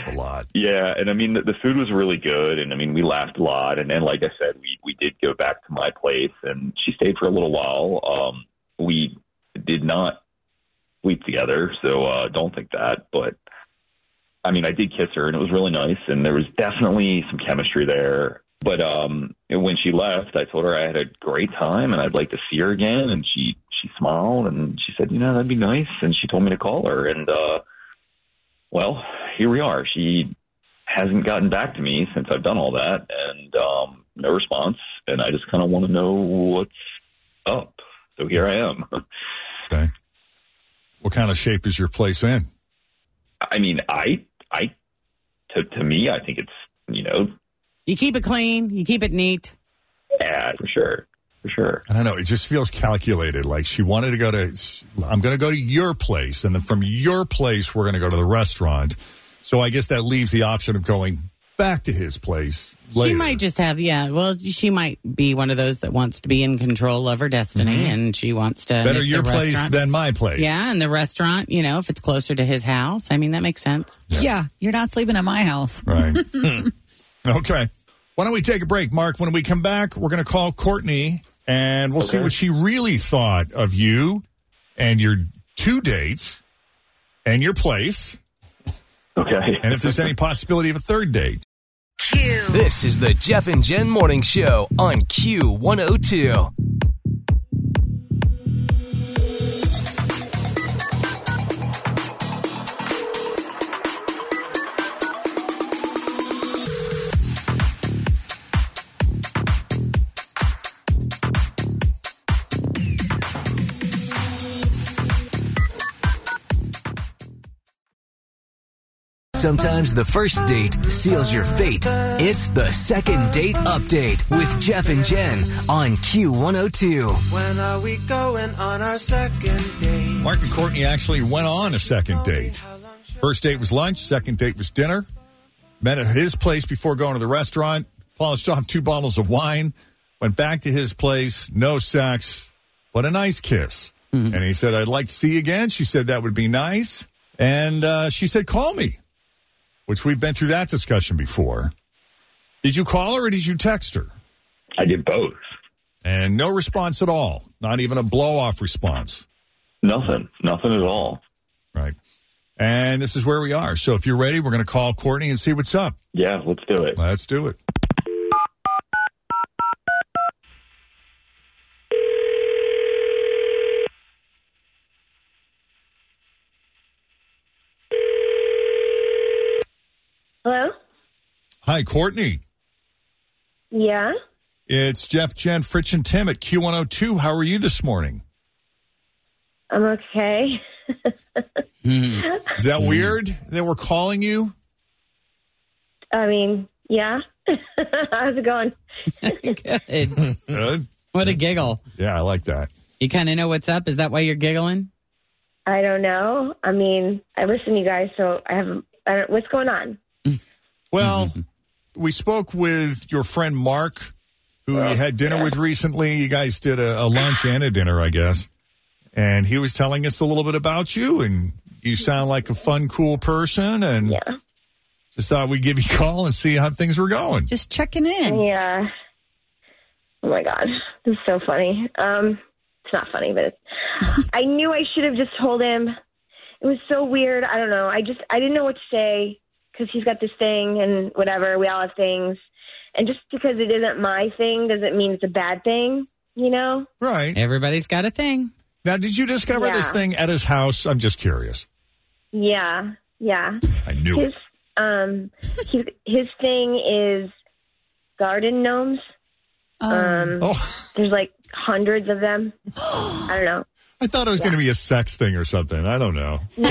[SPEAKER 4] A lot.
[SPEAKER 19] Yeah, and I mean the, the food was really good, and I mean we laughed a lot, and then like I said, we we did go back to my place, and she stayed for a little while. Um, we did not sleep together, so uh, don't think that. But I mean, I did kiss her, and it was really nice, and there was definitely some chemistry there. But um, when she left, I told her I had a great time, and I'd like to see her again, and she she smiled and she said, you know, that'd be nice, and she told me to call her, and uh, well, here we are. She hasn't gotten back to me since I've done all that, and um, no response. And I just kind of want to know what's up. So here I am. (laughs)
[SPEAKER 2] Okay. What kind of shape is your place in?
[SPEAKER 19] I mean, I, I, to to me, I think it's you know,
[SPEAKER 3] You keep it clean, you keep it neat.
[SPEAKER 19] bad for sure, for sure.
[SPEAKER 2] I don't know. It just feels calculated. Like she wanted to go to, I'm going to go to your place. And then from your place, we're going to go to the restaurant. So I guess that leaves the option of going back to his place later.
[SPEAKER 3] She might just have, yeah, well, she might be one of those that wants to be in control of her destiny and she wants to.
[SPEAKER 2] Mm-hmm. Better
[SPEAKER 3] if the
[SPEAKER 2] your place
[SPEAKER 3] restaurant-
[SPEAKER 2] than my
[SPEAKER 3] (laughs)
[SPEAKER 2] place.
[SPEAKER 3] Yeah, and the restaurant, you know, if it's closer to his house, I mean, that makes sense.
[SPEAKER 20] Yeah. you're not sleeping at my house.
[SPEAKER 3] (laughs)
[SPEAKER 2] Right. Hmm. okay. Why don't we take a break, Mark? When we come back, we're going to call Courtney and we'll see
[SPEAKER 19] Okay.
[SPEAKER 2] what she really thought of you and your two dates and your place.
[SPEAKER 19] Okay.
[SPEAKER 2] And if there's
[SPEAKER 19] (laughs)
[SPEAKER 2] any possibility of a third date.
[SPEAKER 1] This is the Jeff and Jen Morning Show on Q102. Sometimes the first date seals your fate. It's the second date update with Jeff and Jen on Q102.
[SPEAKER 12] When are we going on our second date?
[SPEAKER 2] Mark and Courtney actually went on a second date. First date was lunch, second date was dinner. Met at his place before going to the restaurant, polished off two bottles of wine, went back to his place, no sex, but a nice kiss. And he said, I'd like to see you again. She said, that would be nice. And uh, she said, call me, which we've been through that discussion before. Did you call her or did you text her?
[SPEAKER 19] I did both.
[SPEAKER 2] And no response at all, not even a blow off response.
[SPEAKER 19] Nothing. Nothing at all.
[SPEAKER 2] Right. And this is where we are. So if you're ready, we're going to call Courtney and see what's up.
[SPEAKER 19] Yeah. Let's do it.
[SPEAKER 2] Let's do it.
[SPEAKER 16] Hello?
[SPEAKER 2] Hi, Courtney.
[SPEAKER 16] Yeah?
[SPEAKER 2] It's Jeff, Jen, Fritch, and Tim at Q102. How are you this morning?
[SPEAKER 16] I'm okay.
[SPEAKER 2] Is that weird that we're calling you?
[SPEAKER 16] I mean, yeah. (laughs) How's it going?
[SPEAKER 3] Good.
[SPEAKER 2] Good.
[SPEAKER 3] what a giggle.
[SPEAKER 2] Yeah, I like that.
[SPEAKER 3] You kind of know what's up. Is that why you're giggling?
[SPEAKER 16] I don't know. I mean, I listen to you guys, so I have. I don't, what's going on?
[SPEAKER 2] Well,
[SPEAKER 3] Mm-hmm.
[SPEAKER 2] we spoke with your friend Mark, who you had dinner with recently. You guys did a, a lunch and a dinner, I guess. And he was telling us a little bit about you, and you sound like a fun, cool person. And just thought we'd give you a call and see how things were going.
[SPEAKER 20] Just checking in.
[SPEAKER 16] Yeah. Oh my god, this is so funny. Um, it's not funny, but
[SPEAKER 20] (laughs)
[SPEAKER 16] it's, I knew I should have just told him. It was so weird. I don't know. I just I didn't know what to say because he's got this thing and whatever. We all have things, and just because it isn't my thing doesn't mean it's a bad thing. You know?
[SPEAKER 2] Right.
[SPEAKER 3] Everybody's got a thing.
[SPEAKER 2] Now, did you discover this
[SPEAKER 16] Yeah.
[SPEAKER 2] thing at his house? I'm just curious.
[SPEAKER 16] Yeah. Yeah.
[SPEAKER 2] I knew
[SPEAKER 16] His
[SPEAKER 2] it.
[SPEAKER 16] um his his thing is garden gnomes. Um,
[SPEAKER 2] Oh,
[SPEAKER 16] there's like hundreds of
[SPEAKER 20] (gasps)
[SPEAKER 16] them. I don't know.
[SPEAKER 2] I thought it was going to be a sex thing or something. I don't know.
[SPEAKER 3] You were,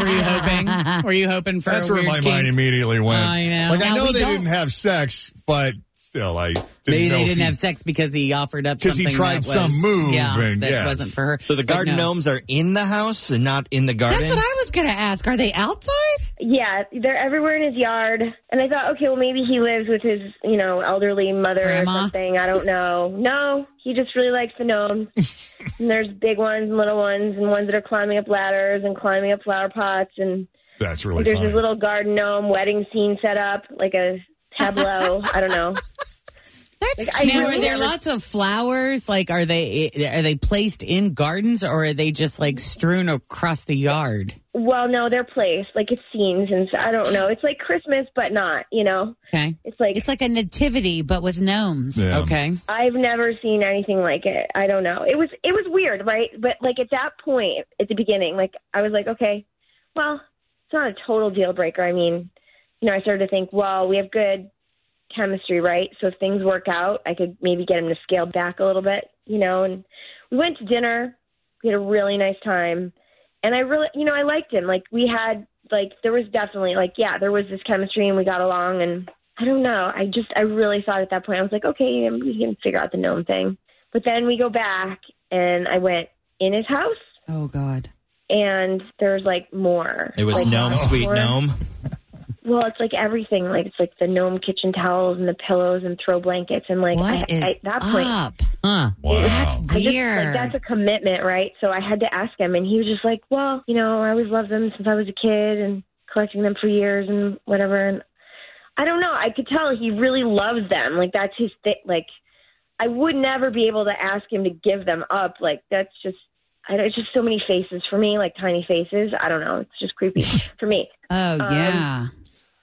[SPEAKER 3] were you
[SPEAKER 20] (laughs)
[SPEAKER 3] hoping? Were you hoping for
[SPEAKER 2] That's
[SPEAKER 3] a
[SPEAKER 2] where
[SPEAKER 3] weird
[SPEAKER 2] my
[SPEAKER 3] kink?
[SPEAKER 2] mind immediately went.
[SPEAKER 3] I know.
[SPEAKER 2] Like I
[SPEAKER 3] Now
[SPEAKER 2] know
[SPEAKER 3] we
[SPEAKER 2] they
[SPEAKER 3] don't-
[SPEAKER 2] didn't have sex, but still, I didn't
[SPEAKER 3] Maybe
[SPEAKER 2] know
[SPEAKER 3] they
[SPEAKER 2] if
[SPEAKER 3] didn't
[SPEAKER 2] he-
[SPEAKER 3] have sex because he offered up
[SPEAKER 2] 'Cause
[SPEAKER 3] because
[SPEAKER 2] he tried some move
[SPEAKER 3] Yeah,
[SPEAKER 2] and-
[SPEAKER 3] that
[SPEAKER 2] yes.
[SPEAKER 3] wasn't for her.
[SPEAKER 4] So the
[SPEAKER 3] But
[SPEAKER 4] garden
[SPEAKER 3] no.
[SPEAKER 4] gnomes are in the house and not in the garden.
[SPEAKER 20] That's what I was going to ask. Are they outside?
[SPEAKER 16] Yeah, they're everywhere in his yard. And I thought, okay, well, maybe he lives with his, you know, elderly mother or
[SPEAKER 20] Grandma?
[SPEAKER 16] something. I don't know. No, he just really likes the gnomes.
[SPEAKER 2] (laughs)
[SPEAKER 16] and there's big ones and little ones and ones that are climbing up ladders and climbing up flower pots. And
[SPEAKER 2] That's really
[SPEAKER 16] there's
[SPEAKER 2] funny.
[SPEAKER 16] this little garden gnome wedding scene set up, like a tableau. I
[SPEAKER 3] (laughs)
[SPEAKER 16] don't know. That's like, I
[SPEAKER 3] Now,
[SPEAKER 16] really
[SPEAKER 3] are there
[SPEAKER 16] never-
[SPEAKER 3] lots of flowers? Like, are they are they placed in gardens, or are they just like strewn across the yard?
[SPEAKER 16] Well, no, they're placed. Like it's scenes. And so, I don't know. It's like Christmas, but not, you know?
[SPEAKER 3] Okay,
[SPEAKER 16] It's like.
[SPEAKER 20] It's like a nativity, but with gnomes.
[SPEAKER 2] Yeah.
[SPEAKER 3] okay.
[SPEAKER 16] I've never seen anything like it. I don't know. It was it was weird, right? But like at that point at the beginning, like I was like, okay, well, it's not a total deal breaker. I mean, you know, I started to think, well, we have good chemistry, right? So if things work out, I could maybe get him to scale back a little bit, you know. And we went to dinner. We had a really nice time, and I really, you know, I liked him. Like we had like there was definitely like yeah, there was this chemistry, and we got along and. I don't know. I just, I really thought at that point, I was like, okay, um, we can figure out the gnome thing. But then we go back, and I went in his house,
[SPEAKER 20] Oh, God.
[SPEAKER 16] and there's like more.
[SPEAKER 4] It was
[SPEAKER 7] Oh,
[SPEAKER 16] Like,
[SPEAKER 4] gnome, sweet
[SPEAKER 16] more-
[SPEAKER 4] gnome.
[SPEAKER 16] Well, it's like everything. Like it's like the gnome kitchen towels and the pillows and throw blankets and like I,
[SPEAKER 20] What is
[SPEAKER 16] I, at that point,
[SPEAKER 20] up?
[SPEAKER 3] Huh?
[SPEAKER 2] Wow.
[SPEAKER 20] That's
[SPEAKER 16] I just, like,
[SPEAKER 20] weird.
[SPEAKER 16] that's a commitment, right? So I had to ask him, and he was just like, "Well, you know, I always loved them since I was a kid, and collecting them for years, and whatever." And I don't know. I could tell he really loves them. Like that's his thing. Like I would never be able to ask him to give them up. Like that's just. I don't, it's just so many faces for me, like tiny faces. I don't know. It's just creepy for me.
[SPEAKER 20] oh, yeah.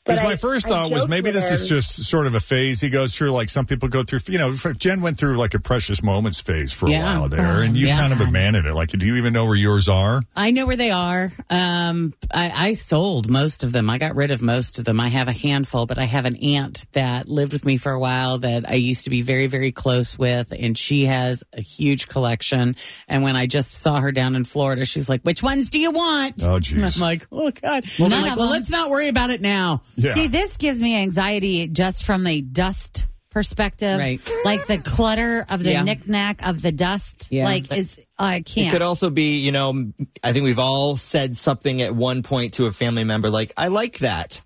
[SPEAKER 2] Because
[SPEAKER 16] um, But
[SPEAKER 2] my
[SPEAKER 16] I-
[SPEAKER 2] first
[SPEAKER 16] I
[SPEAKER 2] thought was
[SPEAKER 16] joked
[SPEAKER 2] maybe
[SPEAKER 16] with
[SPEAKER 2] this is
[SPEAKER 16] him.
[SPEAKER 2] just sort of a phase he goes through, like some people go through. You know, Jen went through like a precious moments phase for
[SPEAKER 3] Yeah. Oh,
[SPEAKER 2] a while there, and you
[SPEAKER 3] yeah.
[SPEAKER 2] kind of abandoned it. Like, do you even know where yours are?
[SPEAKER 3] I know where they are. Um, I, I sold most of them. I got rid of most of them. I have a handful, but I have an aunt that lived with me for a while that I used to be very, very close with, and she has a huge collection. And when I just saw her down in Florida, she's like, "Which ones do you want?" And
[SPEAKER 2] Oh,
[SPEAKER 3] I'm
[SPEAKER 2] jeez.
[SPEAKER 3] like, "Oh God!"
[SPEAKER 20] Well,
[SPEAKER 3] And I'm
[SPEAKER 20] they-
[SPEAKER 3] like, well, let's not worry about it now.
[SPEAKER 2] Yeah.
[SPEAKER 20] See, this gives me anxiety just from the dust perspective.
[SPEAKER 3] Right.
[SPEAKER 20] Like the clutter of the
[SPEAKER 3] Yeah.
[SPEAKER 20] knickknack of the dust.
[SPEAKER 3] Yeah.
[SPEAKER 20] Like, is I
[SPEAKER 4] It
[SPEAKER 20] can't.
[SPEAKER 4] could also be, you know, I think we've all said something at one point to a family member, like, I like that.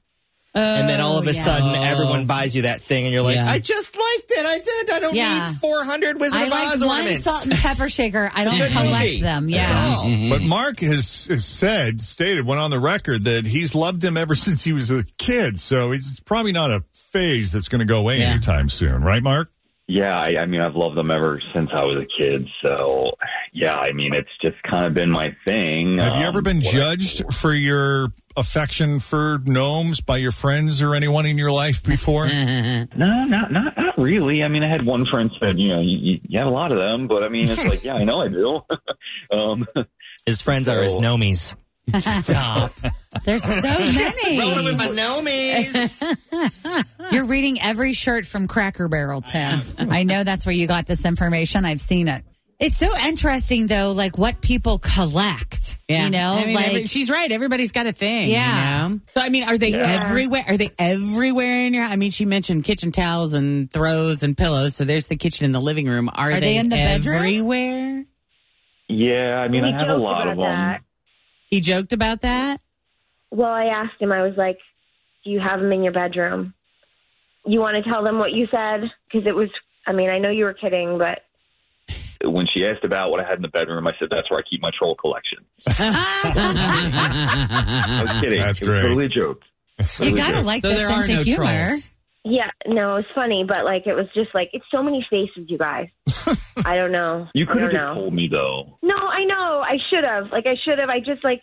[SPEAKER 4] and then all of a
[SPEAKER 20] yeah.
[SPEAKER 4] sudden, everyone buys you that thing, and you're like,
[SPEAKER 3] Oh, Yeah.
[SPEAKER 4] I just liked it. I did. I don't
[SPEAKER 20] Yeah.
[SPEAKER 4] need 400 Wizard
[SPEAKER 20] I
[SPEAKER 4] of
[SPEAKER 20] like
[SPEAKER 4] Oz
[SPEAKER 20] one
[SPEAKER 4] ornaments.
[SPEAKER 20] salt and pepper shaker. I don't
[SPEAKER 4] good
[SPEAKER 20] collect
[SPEAKER 4] movie.
[SPEAKER 20] them.
[SPEAKER 4] That's
[SPEAKER 20] Yeah.
[SPEAKER 4] all.
[SPEAKER 3] Mm-hmm.
[SPEAKER 2] But Mark has, has said, stated, went on the record that he's loved him ever (laughs) since he was a kid. So it's probably not a phase that's going to go away
[SPEAKER 3] Yeah.
[SPEAKER 2] anytime soon, right, Mark?
[SPEAKER 19] Yeah, I, I mean, I've loved them ever since I was a kid. So, yeah, I mean, it's just kind of been my thing.
[SPEAKER 2] Have you
[SPEAKER 19] Um,
[SPEAKER 2] ever been
[SPEAKER 19] what-
[SPEAKER 2] judged for your affection for gnomes by your friends or anyone in your life
[SPEAKER 3] (laughs)
[SPEAKER 2] before?
[SPEAKER 19] No, not, not not really. I mean, I had one friend said, you know, you, you- you have a lot of them, but I mean,
[SPEAKER 20] (laughs)
[SPEAKER 19] it's like, yeah, I know I do. (laughs) um,
[SPEAKER 4] His friends are his
[SPEAKER 19] Oh.
[SPEAKER 4] gnomies.
[SPEAKER 20] (laughs)
[SPEAKER 4] Stop.
[SPEAKER 20] There's so
[SPEAKER 4] Rolling with
[SPEAKER 20] many.
[SPEAKER 4] my gnomies.
[SPEAKER 20] (laughs) You're reading every shirt from Cracker Barrel, Tim. I know that's where you got this information. I've seen it. It's so interesting, though, like what people collect.
[SPEAKER 3] Yeah.
[SPEAKER 20] You know,
[SPEAKER 3] I mean,
[SPEAKER 20] like
[SPEAKER 3] every- she's right. Everybody's got a thing. you
[SPEAKER 20] Yeah.
[SPEAKER 3] know? So I mean, are they everywhere? Are they everywhere in your? I mean, she mentioned kitchen towels and throws and pillows. So there's the kitchen and the living room. Are,
[SPEAKER 20] they in the bedroom?
[SPEAKER 3] everywhere?
[SPEAKER 19] yeah, I mean,
[SPEAKER 16] We
[SPEAKER 19] I have a
[SPEAKER 16] joked
[SPEAKER 19] lot
[SPEAKER 16] about
[SPEAKER 19] of them.
[SPEAKER 16] that.
[SPEAKER 3] He joked about that.
[SPEAKER 16] Well, I asked him, I was like, Do you have them in your bedroom? You want to tell them what you said? Because it was, I mean, I know you were kidding, but
[SPEAKER 19] When she asked about what I had in the bedroom, I said that's where I keep my troll collection. I was kidding.
[SPEAKER 2] That's
[SPEAKER 19] It was
[SPEAKER 2] great.
[SPEAKER 19] Totally
[SPEAKER 2] (laughs)
[SPEAKER 19] a joke.
[SPEAKER 20] Uh-huh. you
[SPEAKER 19] Totally a
[SPEAKER 20] gotta
[SPEAKER 19] joke.
[SPEAKER 20] like
[SPEAKER 3] So
[SPEAKER 20] the
[SPEAKER 3] there
[SPEAKER 20] sense
[SPEAKER 3] are no
[SPEAKER 20] of humor.
[SPEAKER 3] trolls.
[SPEAKER 16] yeah, no, it's funny, but like it was just like, it's so many faces, you
[SPEAKER 3] (laughs)
[SPEAKER 16] guys. I don't know.
[SPEAKER 19] You
[SPEAKER 16] I
[SPEAKER 19] could have
[SPEAKER 16] don't
[SPEAKER 19] just
[SPEAKER 16] know.
[SPEAKER 19] told me though.
[SPEAKER 16] No, I know. I should have. Like, I should have. I just, like,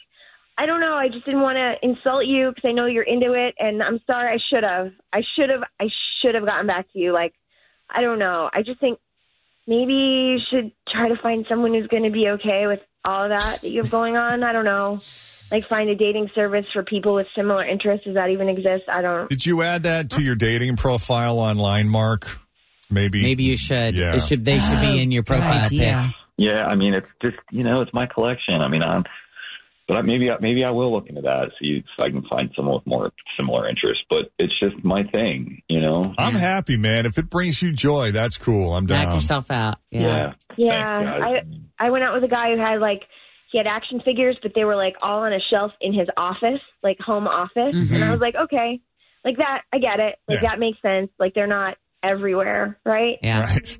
[SPEAKER 16] I don't know. I just didn't want to insult you because I know you're into it. And I'm sorry. I should have. I should have. I should have gotten back to you. Like, I don't know. I just think maybe you should try to find someone who's going to be okay with all of that that you have going on. I don't know. Like, find a dating service for people with similar interests. Does that even exist? I don't.
[SPEAKER 2] Did you add that to your dating profile online, Mark? Maybe.
[SPEAKER 3] Maybe you should.
[SPEAKER 2] Yeah.
[SPEAKER 3] It should they should be in your
[SPEAKER 20] Good
[SPEAKER 3] profile pic.
[SPEAKER 20] idea.
[SPEAKER 19] Yeah, I mean, it's just you know, it's my collection. I mean, I'm But I, maybe I, maybe I will look into that see if I can find someone with more similar interests. But it's just my thing, you know.
[SPEAKER 2] I'm happy, man. If it brings you joy, that's cool. I'm down.
[SPEAKER 3] Knock yourself out. Yeah.
[SPEAKER 19] Yeah.
[SPEAKER 16] Yeah,
[SPEAKER 19] Thanks,
[SPEAKER 16] I I went out with a guy who had like he had action figures, but they were like all on a shelf in his office, like home office, and I was like, okay, like that, I get it, like
[SPEAKER 2] Mm-hmm. Yeah.
[SPEAKER 16] that makes sense. Like they're not everywhere, right?
[SPEAKER 3] (laughs) Yeah.
[SPEAKER 2] Right.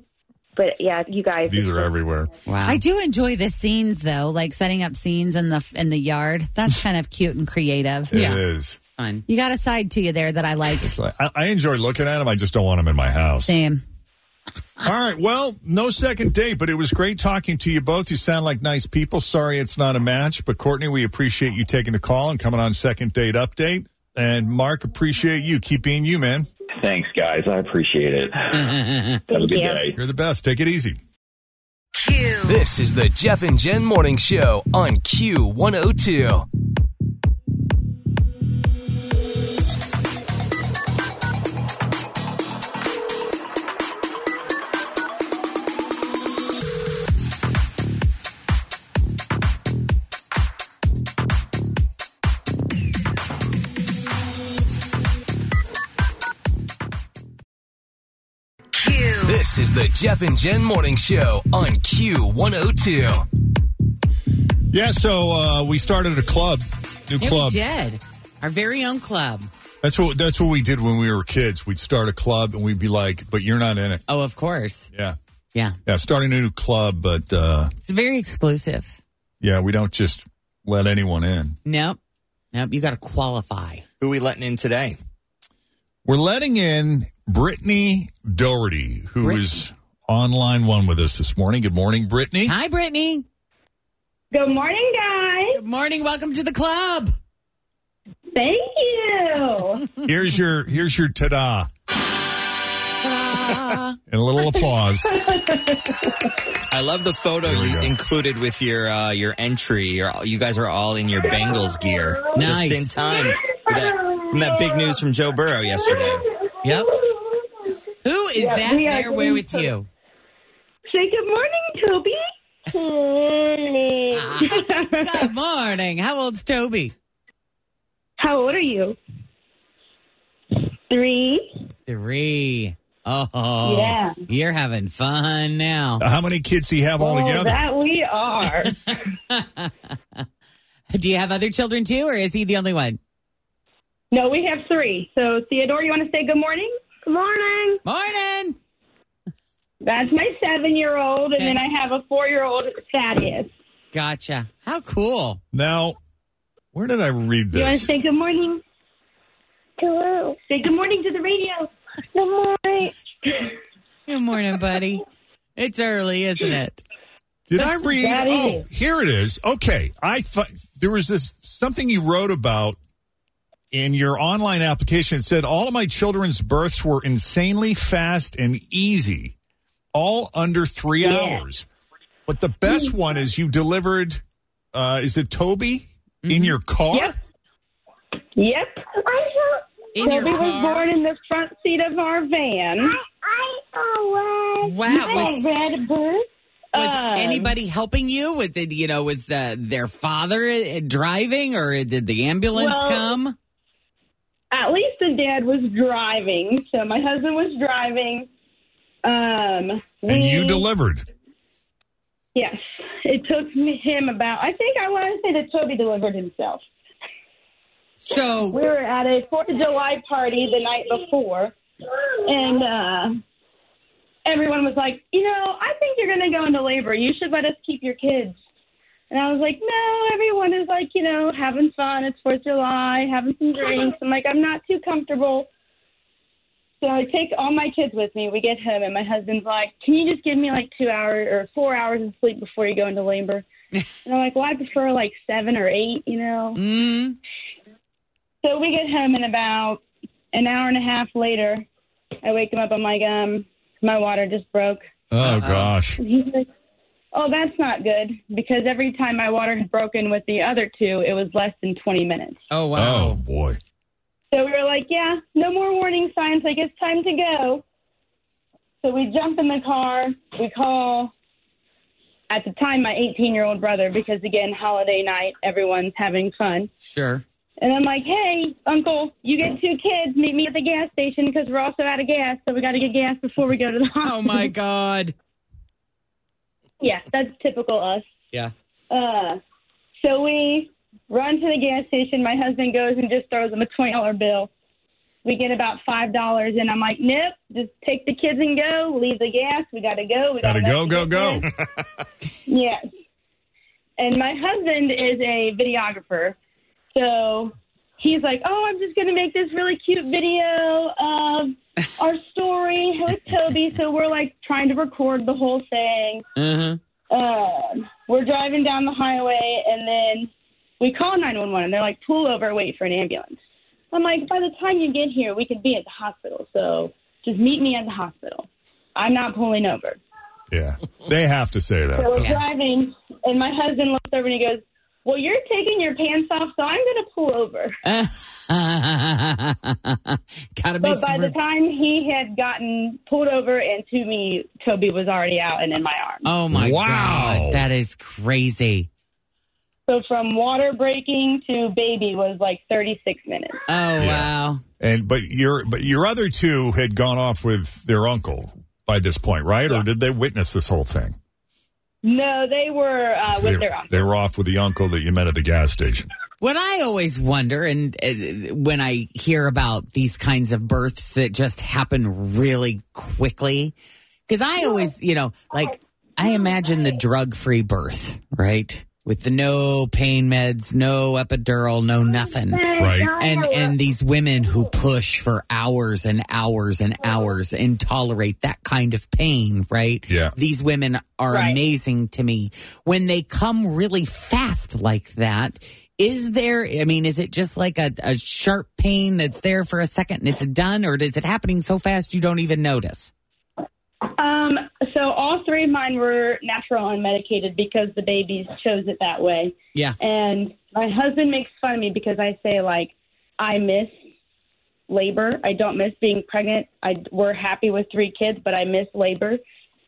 [SPEAKER 16] But yeah, you guys,
[SPEAKER 2] These are everywhere. (laughs)
[SPEAKER 3] Wow.
[SPEAKER 20] I do enjoy the scenes though, like setting up scenes in the in the yard. That's kind of cute and creative.
[SPEAKER 2] It is.
[SPEAKER 3] Fun.
[SPEAKER 20] You got a side to you there that I like.
[SPEAKER 2] It's like, I, I enjoy looking at them. I just don't want them in my house.
[SPEAKER 20] Same.
[SPEAKER 2] All right. Well, no second date, but it was great talking to you both. You sound like nice people. Sorry it's not a match, but Courtney, we appreciate you taking the call and coming on second date update. And Mark, appreciate you. Keep being you, man.
[SPEAKER 19] Thanks, guys. I appreciate it.
[SPEAKER 3] Thank
[SPEAKER 19] (laughs) Have a good
[SPEAKER 16] you.
[SPEAKER 19] day.
[SPEAKER 2] You're the best. Take it easy.
[SPEAKER 1] This is the Jeff and Jen Morning Show on Q102. This is the Jeff and Jen Morning Show on Q102.
[SPEAKER 2] Yeah. So uh, we started a club, new
[SPEAKER 3] Yeah,
[SPEAKER 2] club.
[SPEAKER 3] we did. Our very own club.
[SPEAKER 2] That's what that's what we did when we were kids. We'd start a club and we'd be like, "But you're not in it."
[SPEAKER 3] Oh, of course.
[SPEAKER 2] Yeah.
[SPEAKER 3] Yeah.
[SPEAKER 2] Yeah. Starting a new club, but uh,
[SPEAKER 3] It's very exclusive.
[SPEAKER 2] yeah, we don't just let anyone in.
[SPEAKER 3] Nope. Nope. You got to qualify.
[SPEAKER 4] (laughs) Who we letting in today?
[SPEAKER 2] We're letting in Brittany Doherty, who is
[SPEAKER 3] Brittany.
[SPEAKER 2] on line one with us this morning. Good morning, Brittany.
[SPEAKER 3] Hi, Brittany.
[SPEAKER 21] Good morning, guys.
[SPEAKER 3] Good morning. Welcome to the club.
[SPEAKER 21] Thank
[SPEAKER 3] (laughs)
[SPEAKER 21] you.
[SPEAKER 2] Here's your here's your ta-da
[SPEAKER 3] Ah.
[SPEAKER 2] and a little applause.
[SPEAKER 4] I love the photo
[SPEAKER 2] we
[SPEAKER 4] you
[SPEAKER 2] go.
[SPEAKER 4] included with your uh, your entry. You're, all- you guys are all in your Bengals gear,
[SPEAKER 3] Nice.
[SPEAKER 4] just in time for that, from that big news from Joe Burrow yesterday.
[SPEAKER 3] yep. Who is
[SPEAKER 21] Yeah,
[SPEAKER 3] that
[SPEAKER 21] we are
[SPEAKER 3] there Where
[SPEAKER 21] doing
[SPEAKER 3] with
[SPEAKER 21] so-
[SPEAKER 3] you?
[SPEAKER 21] Say good morning, Toby.
[SPEAKER 3] Ah, Good morning. How old's Toby?
[SPEAKER 21] How old are you? Three.
[SPEAKER 3] Three. Oh,
[SPEAKER 21] Yeah.
[SPEAKER 3] You're having fun now.
[SPEAKER 2] Uh, How many kids do you have all
[SPEAKER 21] Oh,
[SPEAKER 2] together?
[SPEAKER 21] that we are.
[SPEAKER 3] (laughs) Do you have other children too, or is he the only one?
[SPEAKER 21] no, we have three. So, Theodore, you want to say good morning? Good morning.
[SPEAKER 3] Morning.
[SPEAKER 21] That's my seven-year-old, and then I have a four-year-old Thaddeus.
[SPEAKER 3] Gotcha. How cool.
[SPEAKER 2] Now, where did I read
[SPEAKER 21] You want to
[SPEAKER 2] this?
[SPEAKER 21] say good morning? Hello. Say good morning to the radio. Good morning.
[SPEAKER 3] Good morning, buddy. it's early, isn't it?
[SPEAKER 2] Did I read?
[SPEAKER 21] Daddy.
[SPEAKER 2] Oh, here it is. Okay, I thought there was this something you wrote about in your online application. It said all of my children's births were insanely fast and easy, all under three hours. But the best
[SPEAKER 21] Hmm.
[SPEAKER 2] one is you delivered. Uh, is it Toby
[SPEAKER 21] Mm-hmm.
[SPEAKER 2] in your car?
[SPEAKER 21] Yep. Yep.
[SPEAKER 3] In
[SPEAKER 21] Toby
[SPEAKER 3] your
[SPEAKER 21] was
[SPEAKER 3] car.
[SPEAKER 21] born in the front seat of our van. I always
[SPEAKER 3] Wow, was-
[SPEAKER 21] red bird.
[SPEAKER 3] Was
[SPEAKER 21] Um,
[SPEAKER 3] anybody helping you? Was it, you know, was the their father uh, driving, or did the ambulance
[SPEAKER 21] Well-
[SPEAKER 3] come?
[SPEAKER 21] At least the dad was driving, so my husband was driving. Um,
[SPEAKER 2] And you
[SPEAKER 21] we-
[SPEAKER 2] delivered.
[SPEAKER 21] Yes, it took me- him about. I think I want to say that Toby delivered himself.
[SPEAKER 3] So
[SPEAKER 21] We were at a Fourth of July party the night before, and uh, everyone was like, "You know, I think you're going to go into labor. You should let us keep your kids." And I was like, "No, everyone is like, you know, having fun. It's Fourth of July, having some drinks." I'm like, "I'm not too comfortable." So I take all my kids with me. We get home, and my husband's like, "Can you just give me like two hours or four hours of sleep before you go into labor?" and I'm like, "Well, I prefer like seven or eight, you know."
[SPEAKER 3] Mm,
[SPEAKER 21] So we get home, and about an hour and a half later, I wake him up. I'm like, um, my water just broke.
[SPEAKER 2] Oh gosh.
[SPEAKER 21] And he's like, oh, that's not good because every time my water had broken with the other two, it was less than 20 minutes.
[SPEAKER 3] oh
[SPEAKER 2] Oh
[SPEAKER 3] wow.
[SPEAKER 2] boy.
[SPEAKER 21] So we were like, yeah, no more warning signs. Like, it's time to go. So we jump in the car. We call at the time my 18 year old brother because again holiday night everyone's having fun
[SPEAKER 3] Sure.
[SPEAKER 21] and i'm like hey uncle you get two kids meet me at the gas station because we're also out of gas so we got to get gas before we go to the
[SPEAKER 3] (laughs)
[SPEAKER 21] hospital
[SPEAKER 3] Oh my God.
[SPEAKER 21] yeah that's typical us
[SPEAKER 3] Yeah.
[SPEAKER 21] uh, so we run to the gas station my husband goes and just throws him a $20 bill we get about five dollars and i'm like nope just take the kids and go leave the gas we gotta go we
[SPEAKER 2] Gotta go, go, go.
[SPEAKER 21] Yes. And my husband is a videographer. So he's like, oh, I'm just going to make this really cute video of our story with Toby. So we're like trying to record the whole thing.
[SPEAKER 3] Mm-hmm.
[SPEAKER 21] Um, we're driving down the highway and then we call 911 and they're like, pull over, wait for an ambulance. I'm like, by the time you get here, we could be at the hospital. So just meet me at the hospital. I'm not pulling over.
[SPEAKER 2] Yeah. They have to say that.
[SPEAKER 21] So we're
[SPEAKER 2] though.
[SPEAKER 21] driving, and my husband looks over and he goes, "Well, you're taking your pants off, so I'm going to
[SPEAKER 3] (laughs)
[SPEAKER 21] pull over."
[SPEAKER 3] Oh Gotta Ah, make
[SPEAKER 21] But
[SPEAKER 3] some
[SPEAKER 21] by the
[SPEAKER 3] room.
[SPEAKER 21] time he had gotten pulled over, and to me, Toby was already out and in my arms.
[SPEAKER 3] Oh my
[SPEAKER 2] Wow.
[SPEAKER 3] God. That is crazy.
[SPEAKER 21] So from water breaking to baby was like 36 minutes.
[SPEAKER 3] Oh, wow.
[SPEAKER 2] And but your but your other two had gone off with their uncle by this point, right? Or did they witness this whole thing?
[SPEAKER 21] No, they were uh,
[SPEAKER 2] they,
[SPEAKER 21] with their uncle.
[SPEAKER 2] they were off with the uncle that you met at the gas station.
[SPEAKER 3] What I always wonder, and uh, when I hear about these kinds of births that just happen really quickly, because I always, you know, like I imagine the drug free birth, right? With the no pain meds, no epidural, no nothing.
[SPEAKER 2] Right.
[SPEAKER 3] And and these women who push for hours and hours and hours and tolerate that kind of pain, right?
[SPEAKER 2] Yeah.
[SPEAKER 3] These women are
[SPEAKER 21] Right.
[SPEAKER 3] amazing to me. When they come really fast like that, is there, I mean, is it just like a, a sharp pain that's there for a second and it's done, or is it happening so fast you don't even notice?
[SPEAKER 21] Um, so all three of mine were natural unmedicated because the babies chose it that way.
[SPEAKER 3] Yeah.
[SPEAKER 21] And my husband makes fun of me because I say like, I miss labor. I don't miss being pregnant. I we're happy with three kids, but I miss labor.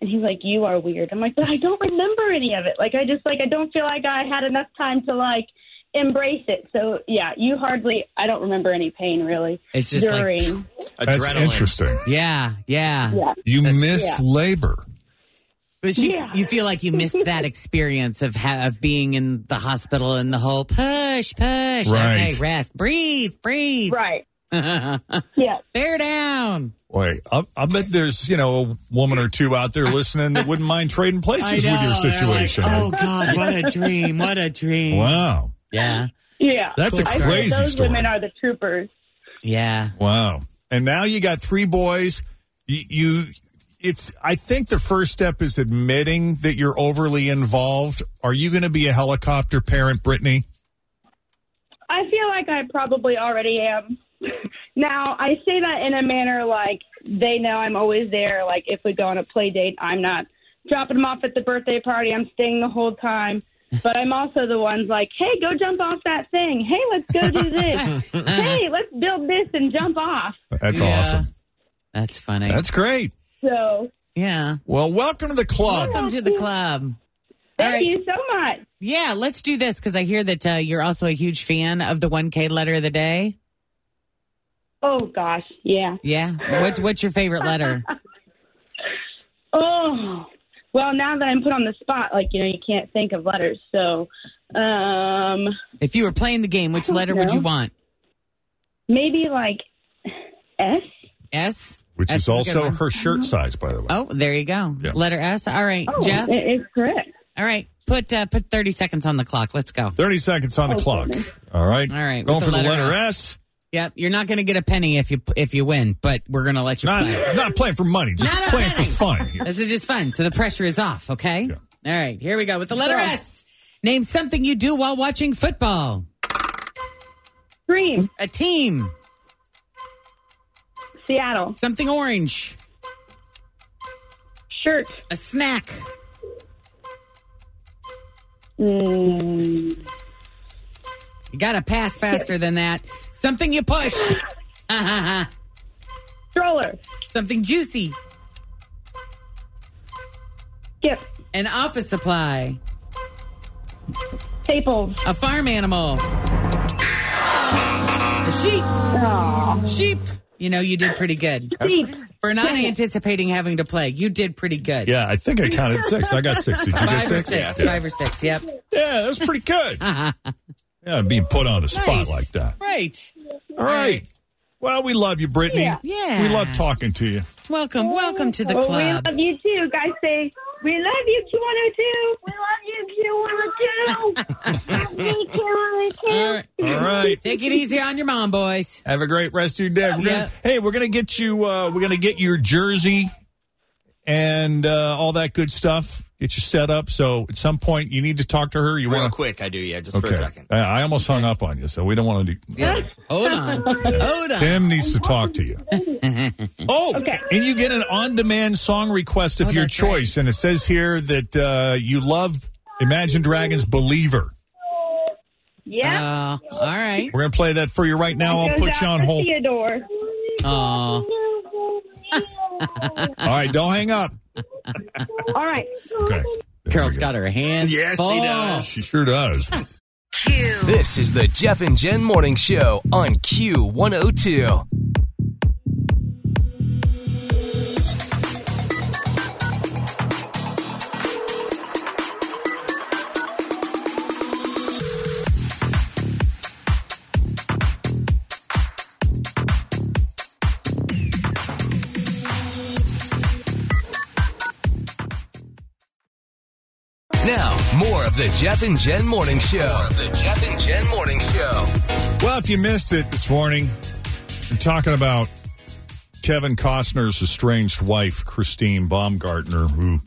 [SPEAKER 21] And he's like, "You are weird." I'm like, "But I don't remember any of it. Like, I just like I don't feel like I had enough time to like embrace it." So yeah, you hardly. I don't remember any pain really.
[SPEAKER 3] It's just like,
[SPEAKER 21] during.
[SPEAKER 2] That's interesting.
[SPEAKER 3] yeah, yeah.
[SPEAKER 21] yeah.
[SPEAKER 2] You miss
[SPEAKER 21] yeah.
[SPEAKER 2] labor.
[SPEAKER 3] But you,
[SPEAKER 21] Yeah.
[SPEAKER 3] you feel like you missed
[SPEAKER 21] (laughs)
[SPEAKER 3] that experience of ha- of being in the hospital and the whole push, push,
[SPEAKER 2] Right.
[SPEAKER 3] okay, rest, breathe, breathe, (laughs)
[SPEAKER 21] Right.
[SPEAKER 3] bear
[SPEAKER 21] Yeah.
[SPEAKER 3] down.
[SPEAKER 2] Boy, I, I bet there's you know a woman or two out there listening that wouldn't mind trading
[SPEAKER 3] (laughs)
[SPEAKER 2] places
[SPEAKER 3] I
[SPEAKER 2] with your
[SPEAKER 3] know. They're like,
[SPEAKER 2] situation.
[SPEAKER 3] oh God, what a dream! What a dream!
[SPEAKER 2] wow,
[SPEAKER 3] Yeah,
[SPEAKER 21] Yeah.
[SPEAKER 2] That's a
[SPEAKER 21] I think
[SPEAKER 2] crazy
[SPEAKER 21] Those
[SPEAKER 2] story.
[SPEAKER 21] women are the troopers.
[SPEAKER 3] yeah.
[SPEAKER 2] wow! And now you got three boys. You, you, it's. I think the first step is admitting that you're overly involved. Are you going to be a helicopter parent, Brittany?
[SPEAKER 21] I feel like I probably already am. (laughs) now, I say that in a manner like they know I'm always there. Like if we go on a play date, I'm not dropping them off at the birthday party. I'm staying the whole time. But I'm also the ones like, hey, go jump off that thing. Hey, let's go do this. hey, let's build this and jump off.
[SPEAKER 2] That's
[SPEAKER 3] Yeah.
[SPEAKER 2] awesome.
[SPEAKER 3] That's funny.
[SPEAKER 2] That's great.
[SPEAKER 21] So
[SPEAKER 3] yeah.
[SPEAKER 2] Well, welcome to the club.
[SPEAKER 3] Welcome to the club.
[SPEAKER 21] thank
[SPEAKER 3] right.
[SPEAKER 21] you so much.
[SPEAKER 3] Yeah, let's do this because I hear that uh, you're also a huge fan of the 1K letter of the day.
[SPEAKER 21] Oh, gosh. Yeah.
[SPEAKER 3] Yeah, what, what's your favorite
[SPEAKER 21] (laughs)
[SPEAKER 3] letter?
[SPEAKER 21] Oh, well, now that I'm put on the spot, like, you know, you can't think of letters. So, um,
[SPEAKER 3] If you were playing the game, which
[SPEAKER 21] don't
[SPEAKER 3] letter would you
[SPEAKER 21] know.
[SPEAKER 3] want?
[SPEAKER 21] maybe like S.
[SPEAKER 3] S.
[SPEAKER 2] Which
[SPEAKER 3] That's
[SPEAKER 2] is
[SPEAKER 3] a good
[SPEAKER 2] also
[SPEAKER 3] one.
[SPEAKER 2] her shirt
[SPEAKER 21] Uh-huh.
[SPEAKER 2] size, by the way.
[SPEAKER 3] Oh, there you go.
[SPEAKER 2] Yeah.
[SPEAKER 3] Letter S. All right,
[SPEAKER 21] Oh,
[SPEAKER 3] Jeff.
[SPEAKER 21] it- it's correct.
[SPEAKER 3] All right, put uh, put thirty seconds on the clock. Let's go.
[SPEAKER 2] 30 seconds on the
[SPEAKER 21] Oh,
[SPEAKER 2] clock.
[SPEAKER 21] goodness.
[SPEAKER 2] All right.
[SPEAKER 3] All right,
[SPEAKER 2] Going
[SPEAKER 3] with
[SPEAKER 2] for
[SPEAKER 3] the
[SPEAKER 2] the
[SPEAKER 3] letter
[SPEAKER 2] letter
[SPEAKER 3] S.
[SPEAKER 2] S.
[SPEAKER 3] Yep, you're not going to get a penny if you if you win, but we're going to let you play.
[SPEAKER 2] Not, not playing for money, just
[SPEAKER 3] Not a
[SPEAKER 2] playing for
[SPEAKER 3] penny.
[SPEAKER 2] fun here.
[SPEAKER 3] This is just fun, so the pressure is off. Okay. All right, here we go with the letter S. Name something you do while watching football.
[SPEAKER 21] Dream,
[SPEAKER 3] A team.
[SPEAKER 21] Seattle,
[SPEAKER 3] Something orange.
[SPEAKER 21] shirt,
[SPEAKER 3] A snack.
[SPEAKER 21] mm,
[SPEAKER 3] You got to pass faster than that. Something you push.
[SPEAKER 21] (laughs) stroller,
[SPEAKER 3] Something juicy.
[SPEAKER 21] skip,
[SPEAKER 3] An office supply.
[SPEAKER 21] Staples.
[SPEAKER 3] A farm animal. A sheep. Sheep. You know, you did pretty good.
[SPEAKER 21] Sheep.
[SPEAKER 3] For not anticipating having to play, you did pretty good.
[SPEAKER 2] Yeah, I think I counted six. I got six. Did you
[SPEAKER 3] Five
[SPEAKER 2] get
[SPEAKER 3] or
[SPEAKER 2] six?
[SPEAKER 3] six.
[SPEAKER 2] Yeah.
[SPEAKER 3] Five or six. Yep.
[SPEAKER 2] Yeah, that's pretty good. yeah, being put on the spot
[SPEAKER 3] Nice.
[SPEAKER 2] like that.
[SPEAKER 3] (laughs) Right.
[SPEAKER 2] All right. Well, we love you, Brittany.
[SPEAKER 3] Yeah. Yeah.
[SPEAKER 2] We love talking to you.
[SPEAKER 3] Welcome, welcome to the
[SPEAKER 21] Well,
[SPEAKER 3] club.
[SPEAKER 21] Oh, We love you too. Guys say, we love you, Q102. We love you, Q102. (laughs) Love you,
[SPEAKER 3] All right.
[SPEAKER 2] All right.
[SPEAKER 3] Take it easy on your mom, boys.
[SPEAKER 2] Have a great rest of your day. We're gonna,
[SPEAKER 3] Yeah.
[SPEAKER 2] Hey, we're gonna get you. Uh, we're gonna get your jersey and uh, all that good stuff. Get you set up. So at some point, you need to talk to her. You
[SPEAKER 4] Real
[SPEAKER 2] want
[SPEAKER 4] quick, I do, yeah, just for a second.
[SPEAKER 2] I, I almost hung up on you, so we don't want to do.
[SPEAKER 3] Hold
[SPEAKER 21] (laughs)
[SPEAKER 3] on. Hold on.
[SPEAKER 2] Tim needs to talk to you. oh,
[SPEAKER 21] Okay.
[SPEAKER 2] and you get an on-demand song request of your choice, and it says here that uh, you love Imagine Dragons' "Believer."
[SPEAKER 21] Yeah.
[SPEAKER 3] Uh, all right.
[SPEAKER 2] We're gonna play that for you right now. I'll
[SPEAKER 21] Goes
[SPEAKER 2] put
[SPEAKER 21] out
[SPEAKER 2] you on
[SPEAKER 21] to
[SPEAKER 2] hold.
[SPEAKER 21] Theodore.
[SPEAKER 3] Aw.
[SPEAKER 2] (laughs) All right, don't hang up.
[SPEAKER 21] All right.
[SPEAKER 2] Okay.
[SPEAKER 3] Carol's got her hands.
[SPEAKER 4] Yes, she
[SPEAKER 3] full.
[SPEAKER 4] does.
[SPEAKER 2] She sure does.
[SPEAKER 1] This is the Jeff and Jen Morning Show on Q102. Now, more of the Jeff and Jen Morning Show. the Jeff and Jen Morning Show.
[SPEAKER 2] Well, if you missed it this morning, I'm talking about Kevin Costner's estranged wife, Christine Baumgartner, who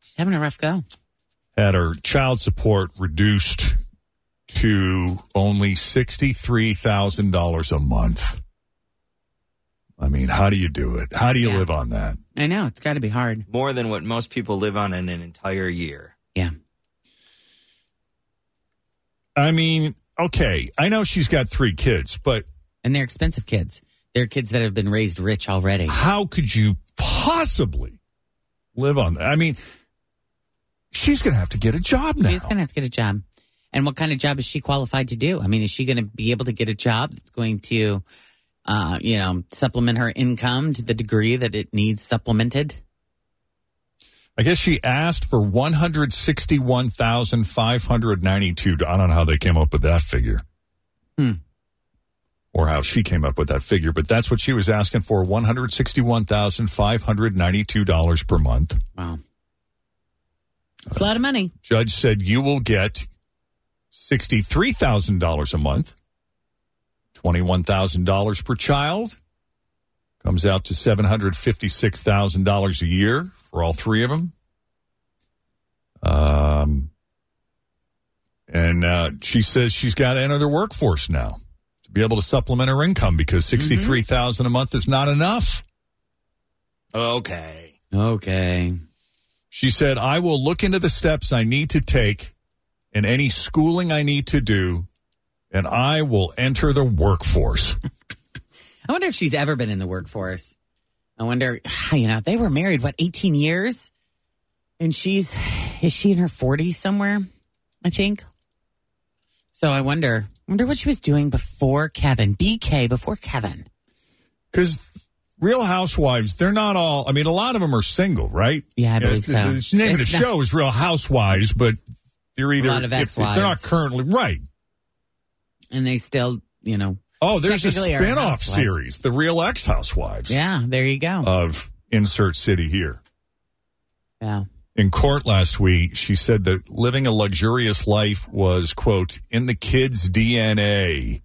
[SPEAKER 3] She's having a rough go.
[SPEAKER 2] had her child support reduced to only $63,000 a month. I mean, how do you do it? How do you live on that?
[SPEAKER 3] I know. It's got to be hard.
[SPEAKER 4] More than what most people live on in an entire year.
[SPEAKER 3] Yeah.
[SPEAKER 2] I mean, okay, I know she's got three kids, but
[SPEAKER 3] And they're expensive kids. They're kids that have been raised rich already.
[SPEAKER 2] how could you possibly live on that? I mean, she's going to have to get a job now.
[SPEAKER 3] She's going to have to get a job. And what kind of job is she qualified to do? I mean, is she going to be able to get a job that's going to, uh, you know, supplement her income to the degree that it needs supplemented?
[SPEAKER 2] I guess she asked for one hundred sixty-one thousand five hundred ninety-two. I don't know how they came up with that figure,
[SPEAKER 3] Hmm.
[SPEAKER 2] or how she came up with that figure, but that's what she was asking for: one hundred sixty-one thousand five hundred ninety-two dollars per month.
[SPEAKER 3] Wow. It's a lot of money.
[SPEAKER 2] Judge said you will get sixty-three thousand dollars a month, twenty-one thousand dollars per child. Comes out to seven hundred fifty-six thousand dollars a year for all three of them. Um, and uh, she says she's got to enter the workforce now to be able to supplement her income because sixty-three thousand a month is not enough.
[SPEAKER 4] Okay.
[SPEAKER 3] Okay.
[SPEAKER 2] She said, I will look into the steps I need to take and any schooling I need to do, and I will enter
[SPEAKER 3] (laughs)
[SPEAKER 2] the workforce.
[SPEAKER 3] I wonder if she's ever been in the workforce. I wonder, (sighs) you know, they were married, what, 18 years? And she's, (sighs) is she in her 40s somewhere? I think. So I wonder, I wonder what she was doing before Kevin, BK before Kevin.
[SPEAKER 2] Because Real Housewives, they're not all, I mean, a lot of them are single, right?
[SPEAKER 3] Yeah, I believe
[SPEAKER 2] it's-
[SPEAKER 3] so.
[SPEAKER 2] it's- The name of the
[SPEAKER 3] It's not-
[SPEAKER 2] show is Real Housewives, but they're either,
[SPEAKER 3] lot of
[SPEAKER 2] if- if they're not
[SPEAKER 3] ex-wives.
[SPEAKER 2] currently, right.
[SPEAKER 3] And they still, you know,
[SPEAKER 2] Oh, there's a
[SPEAKER 3] Technically are
[SPEAKER 2] spin off
[SPEAKER 3] housewives.
[SPEAKER 2] series, The Real Ex Housewives
[SPEAKER 3] yeah, there you go.
[SPEAKER 2] of Insert City here.
[SPEAKER 3] yeah.
[SPEAKER 2] in court last week, she said that living a luxurious life was, quote, in the kids' DNA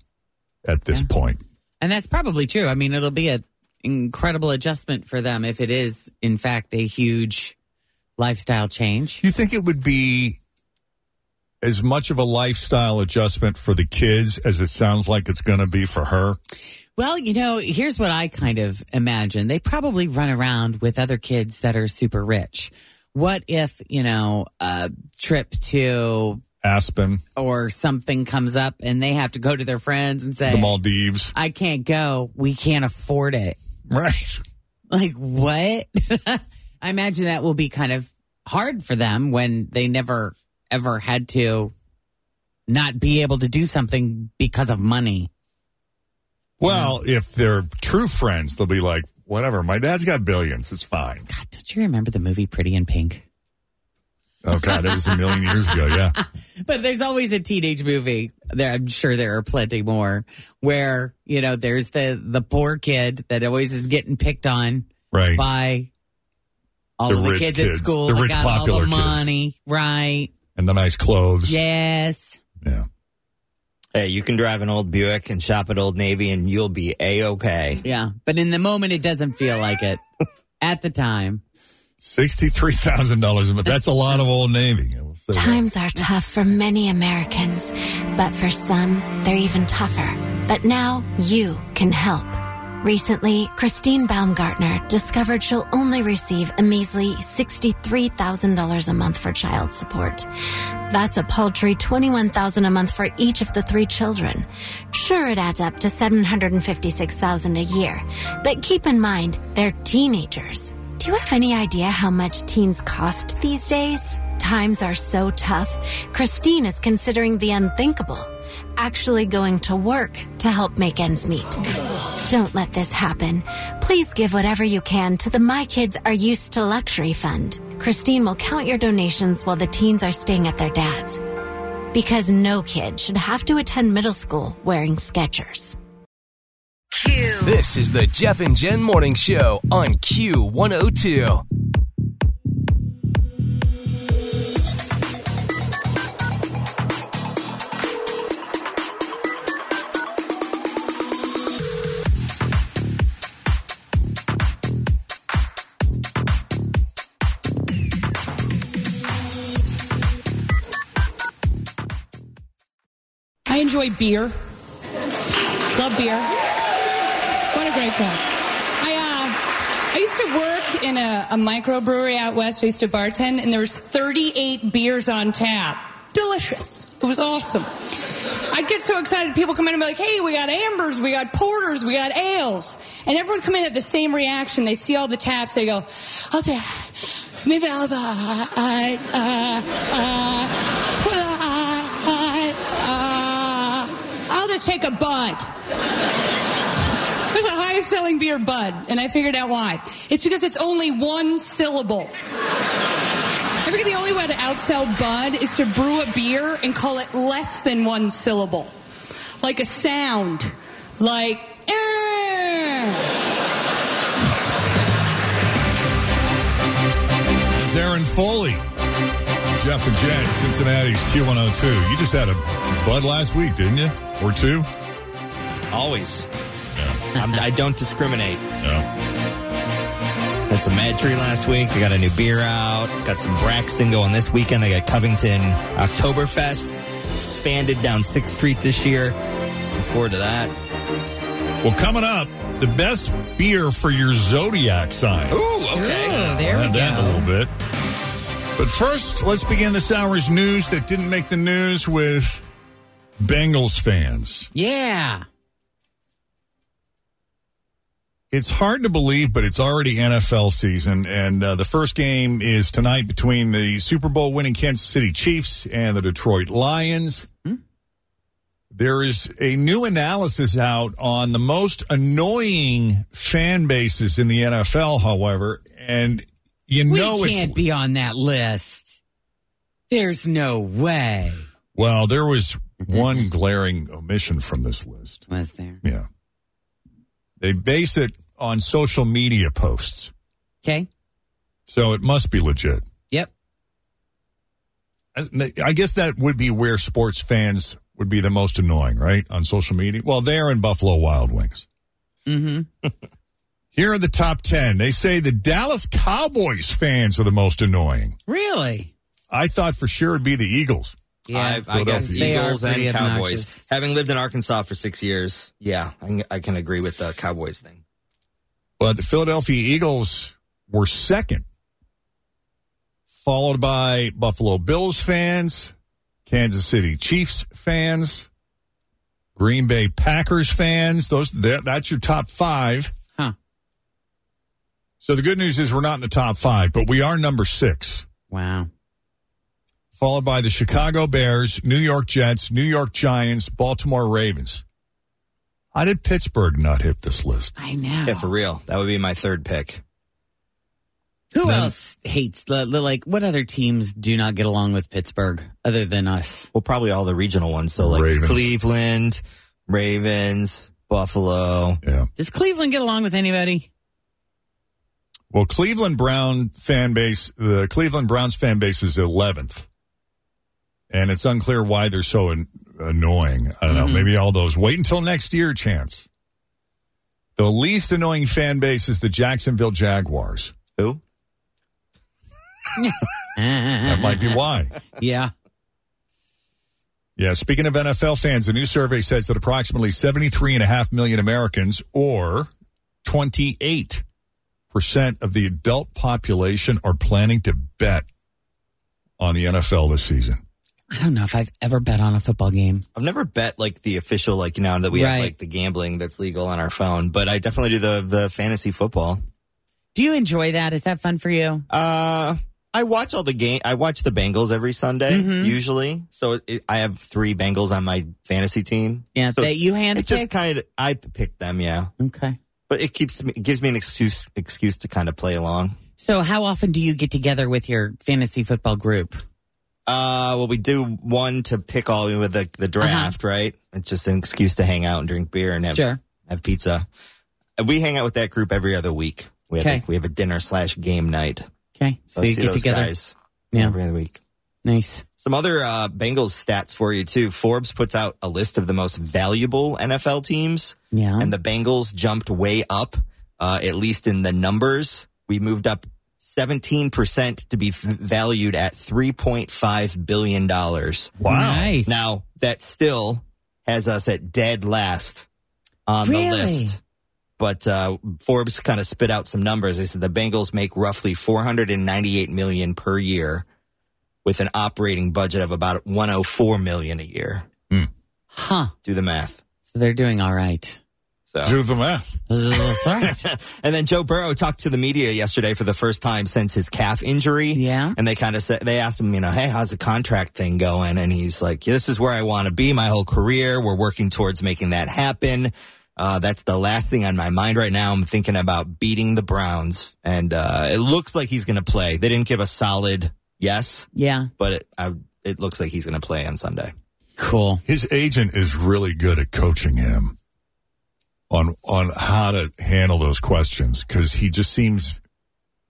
[SPEAKER 2] at this point.
[SPEAKER 3] And that's probably true. I mean, it'll be an incredible adjustment for them if it is, in fact, a huge lifestyle change.
[SPEAKER 2] Do you think it would be as much of a lifestyle adjustment for the kids as it sounds like it's going to be for her?
[SPEAKER 3] Well, you know, here's what I kind of imagine. They probably run around with other kids that are super rich. What if, you know, a trip to
[SPEAKER 2] Aspen,
[SPEAKER 3] or something comes up and they have to go to their friends and say,
[SPEAKER 2] the Maldives.
[SPEAKER 3] I can't go. We can't afford it.
[SPEAKER 2] Right.
[SPEAKER 3] (laughs) Like, what? I imagine that will be kind of hard for them when they never ever had to not be able to do something because of money.
[SPEAKER 2] Well, if they're true friends, they'll be like, whatever, my dad's got billions. It's fine.
[SPEAKER 3] Don't you remember the movie Pretty in Pink?
[SPEAKER 2] Oh, God, it was (laughs) a million years ago. Yeah.
[SPEAKER 3] (laughs) But there's always a teenage movie. There, I'm sure there are plenty more where you know there's the the poor kid that always is getting picked on
[SPEAKER 2] Right.
[SPEAKER 3] by all
[SPEAKER 2] The
[SPEAKER 3] of the
[SPEAKER 2] rich
[SPEAKER 3] kids,
[SPEAKER 2] kids,
[SPEAKER 3] at school.
[SPEAKER 2] the
[SPEAKER 3] that
[SPEAKER 2] rich
[SPEAKER 3] got all
[SPEAKER 2] popular
[SPEAKER 3] the
[SPEAKER 2] kids.
[SPEAKER 3] money, right?
[SPEAKER 2] And the nice clothes.
[SPEAKER 3] Yes.
[SPEAKER 4] Hey, you can drive an old Buick and shop at Old Navy and you'll be A-OK.
[SPEAKER 3] Yeah, but in the moment it doesn't feel like it. At the time,
[SPEAKER 2] $63,000 a month. That's a lot of Old Navy. I will say that.
[SPEAKER 6] Times are tough for many Americans, but for some, they're even tougher. But now you can help. Recently, Christine Baumgartner discovered she'll only receive a measly $63,000 a month for child support. That's a paltry $21,000 a month for each of the three children. Sure, it adds up to $756,000 a year, but keep in mind, they're teenagers. Do you have any idea how much teens cost these days? Times are so tough. Christine is considering the unthinkable actually going to work to help make ends meet. Don't let this happen. Please give whatever you can to the My Kids Are Used to Luxury Fund. Christine will count your donations while the teens are staying at their dad's. Because no kid should have to attend middle school wearing Skechers.
[SPEAKER 1] This is the Jeff and Jen Morning Show on Q102.
[SPEAKER 22] I enjoy beer. Love beer. What a great club. I, uh, I used to work in a, a microbrewery out west. I used to bartend, and there was 38 beers on tap. Delicious. It was awesome. I'd get so excited. People come in and be like, hey, we got ambers, we got porters, we got ales. And everyone come in and have the same reaction. They see all the taps. They go, I'll take, maybe I'll have a, I, uh, uh, uh, I'll just take a bud. There's a highest selling beer, Bud, and I figured out why. It's because it's only one syllable. I figure the only way to outsell Bud is to brew a beer and call it less than one syllable, like a sound, like. "Eh."
[SPEAKER 2] It's Aaron Foley. Jeff and Jen, Cincinnati's Q102. You just had a bud last week, didn't you? Or two?
[SPEAKER 4] Always. I'm, I don't discriminate.
[SPEAKER 2] No.
[SPEAKER 4] Had some Mad Tree last week. I got a new beer out. Got some Braxton going this weekend. I got Covington Oktoberfest. Expanded down 6th Street this year. Looking forward to that.
[SPEAKER 2] Well, coming up, Uh, the best beer for your zodiac sign.
[SPEAKER 4] Ooh, okay.
[SPEAKER 3] Ooh, there
[SPEAKER 2] We'll
[SPEAKER 3] we
[SPEAKER 2] add that in
[SPEAKER 3] go.
[SPEAKER 2] a little bit. But first, let's begin this hour's news that didn't make the news with Bengals fans.
[SPEAKER 3] Yeah.
[SPEAKER 2] It's hard to believe, but it's already NFL season, and uh, the first game is tonight between the Super Bowl winning Kansas City Chiefs and the Detroit Lions.
[SPEAKER 3] Hmm?
[SPEAKER 2] There is a new analysis out on the most annoying fan bases in the NFL, however, and you
[SPEAKER 3] we
[SPEAKER 2] know Oh, it's
[SPEAKER 3] can't be on that list. There's no way.
[SPEAKER 2] Well, there was one glaring omission from this list.
[SPEAKER 3] Was there?
[SPEAKER 2] Yeah. They base it on social media posts,
[SPEAKER 3] Okay.
[SPEAKER 2] so it must be legit.
[SPEAKER 3] Yep.
[SPEAKER 2] As- I guess that would be where sports fans would be the most annoying, right? On social media. Well, they're in Buffalo Wild Wings.
[SPEAKER 3] Mm-hmm.
[SPEAKER 2] Here are the top 10. They say the Dallas Cowboys fans are the most annoying.
[SPEAKER 3] Really?
[SPEAKER 2] I thought for sure it'd be the Eagles.
[SPEAKER 4] I, I guess
[SPEAKER 2] Philadelphia. They are
[SPEAKER 4] Eagles and
[SPEAKER 2] pretty
[SPEAKER 4] Cowboys.
[SPEAKER 2] obnoxious.
[SPEAKER 4] Having lived in Arkansas for six years, yeah, I can, I can agree with the Cowboys thing.
[SPEAKER 2] But the Philadelphia Eagles were second, followed by Buffalo Bills fans, Kansas City Chiefs fans, Green Bay Packers fans. Those that- that's your top five.
[SPEAKER 3] Huh.
[SPEAKER 2] So the good news is we're not in the top five, but we are number six.
[SPEAKER 3] Wow.
[SPEAKER 2] Followed by the Chicago Bears, New York Jets, New York Giants, Baltimore Ravens. How did Pittsburgh not hit this list?
[SPEAKER 3] I know.
[SPEAKER 4] Yeah, for real. That would be my third pick.
[SPEAKER 3] Who else hates the, the like? What other teams do not get along with Pittsburgh other than us?
[SPEAKER 4] Well, probably all the regional ones. So like
[SPEAKER 2] Ravens.
[SPEAKER 4] Cleveland, Ravens, Buffalo.
[SPEAKER 2] Yeah.
[SPEAKER 3] Does Cleveland get along with anybody?
[SPEAKER 2] Well, Cleveland Brown fan base, the Cleveland Browns fan base is 11th. And it's unclear why they're so an- annoying. I don't know. Maybe all those wait until next year chance. The least annoying fan base is the Jacksonville Jaguars. (laughs)
[SPEAKER 4] Who?
[SPEAKER 2] That
[SPEAKER 3] that
[SPEAKER 2] might be why.
[SPEAKER 3] Yeah.
[SPEAKER 2] Yeah, speaking of NFL fans, a new survey says that approximately 73.5 million Americans, or 28% of the adult population, are planning to bet on the NFL this season.
[SPEAKER 3] I don't know if I've ever bet on a football game.
[SPEAKER 4] I've never bet like the official, like now that we
[SPEAKER 3] Right.
[SPEAKER 4] have like the gambling that's legal on our phone, but I definitely do the the fantasy football.
[SPEAKER 3] Do you enjoy that? Is that fun for you?
[SPEAKER 4] Uh, I watch all the game. I watch the Bengals every Sunday
[SPEAKER 3] Mhm.
[SPEAKER 4] usually. So it, I have three Bengals on my fantasy team.
[SPEAKER 3] Yeah,
[SPEAKER 4] so
[SPEAKER 3] that
[SPEAKER 4] it's-
[SPEAKER 3] you hand
[SPEAKER 4] It just
[SPEAKER 3] picked?
[SPEAKER 4] kind of I picked them. Yeah,
[SPEAKER 3] Okay.
[SPEAKER 4] but it keeps me it gives me an excuse excuse to kind of play along.
[SPEAKER 3] So, how often do you get together with your fantasy football group?
[SPEAKER 4] Uh, well, we do one to pick all with the
[SPEAKER 3] Uh-huh.
[SPEAKER 4] the draft, right? It's just an excuse to hang out and drink beer and have
[SPEAKER 3] Sure.
[SPEAKER 4] have pizza. We hang out with that group every other week. We have
[SPEAKER 3] Okay.
[SPEAKER 4] a, we have a dinner slash game night.
[SPEAKER 3] Okay. So,
[SPEAKER 4] I
[SPEAKER 3] you
[SPEAKER 4] see
[SPEAKER 3] get
[SPEAKER 4] those
[SPEAKER 3] together.
[SPEAKER 4] guys
[SPEAKER 3] Yeah.
[SPEAKER 4] every other week.
[SPEAKER 3] Nice.
[SPEAKER 4] Some other uh, Bengals stats for you too. Forbes puts out a list of the most valuable NFL teams,
[SPEAKER 3] Yeah.
[SPEAKER 4] and the Bengals jumped way up, uh, at least in the numbers. We moved up seventeen percent to be f- valued at three point five billion dollars.
[SPEAKER 3] Nice.
[SPEAKER 4] Now that still has us at dead last on
[SPEAKER 3] Really?
[SPEAKER 4] the list. But uh, Forbes kind of spit out some numbers. They said the Bengals make roughly 498 million per year, with an operating budget of about 104 million a year.
[SPEAKER 3] huh.
[SPEAKER 4] Do the math.
[SPEAKER 3] So, they're doing all right.
[SPEAKER 4] So
[SPEAKER 2] Do
[SPEAKER 3] (laughs)
[SPEAKER 2] the math.
[SPEAKER 3] That's all right.
[SPEAKER 4] (laughs) and then Joe Burrow talked to the media yesterday for the first time since his calf injury.
[SPEAKER 3] Yeah.
[SPEAKER 4] And they kind of said, they asked him, you know, hey, how's the contract thing going? And he's like, this is where I want to be my whole career. We're working towards making that happen. Uh, that's the last thing on my mind right now. I'm thinking about beating the Browns and, uh, it looks like he's going to play. They didn't give a solid yes,
[SPEAKER 3] Yeah.
[SPEAKER 4] but it, I, it looks like he's going to play on Sunday.
[SPEAKER 3] Cool.
[SPEAKER 2] His agent is really good at coaching him on on how to handle those questions because he just seems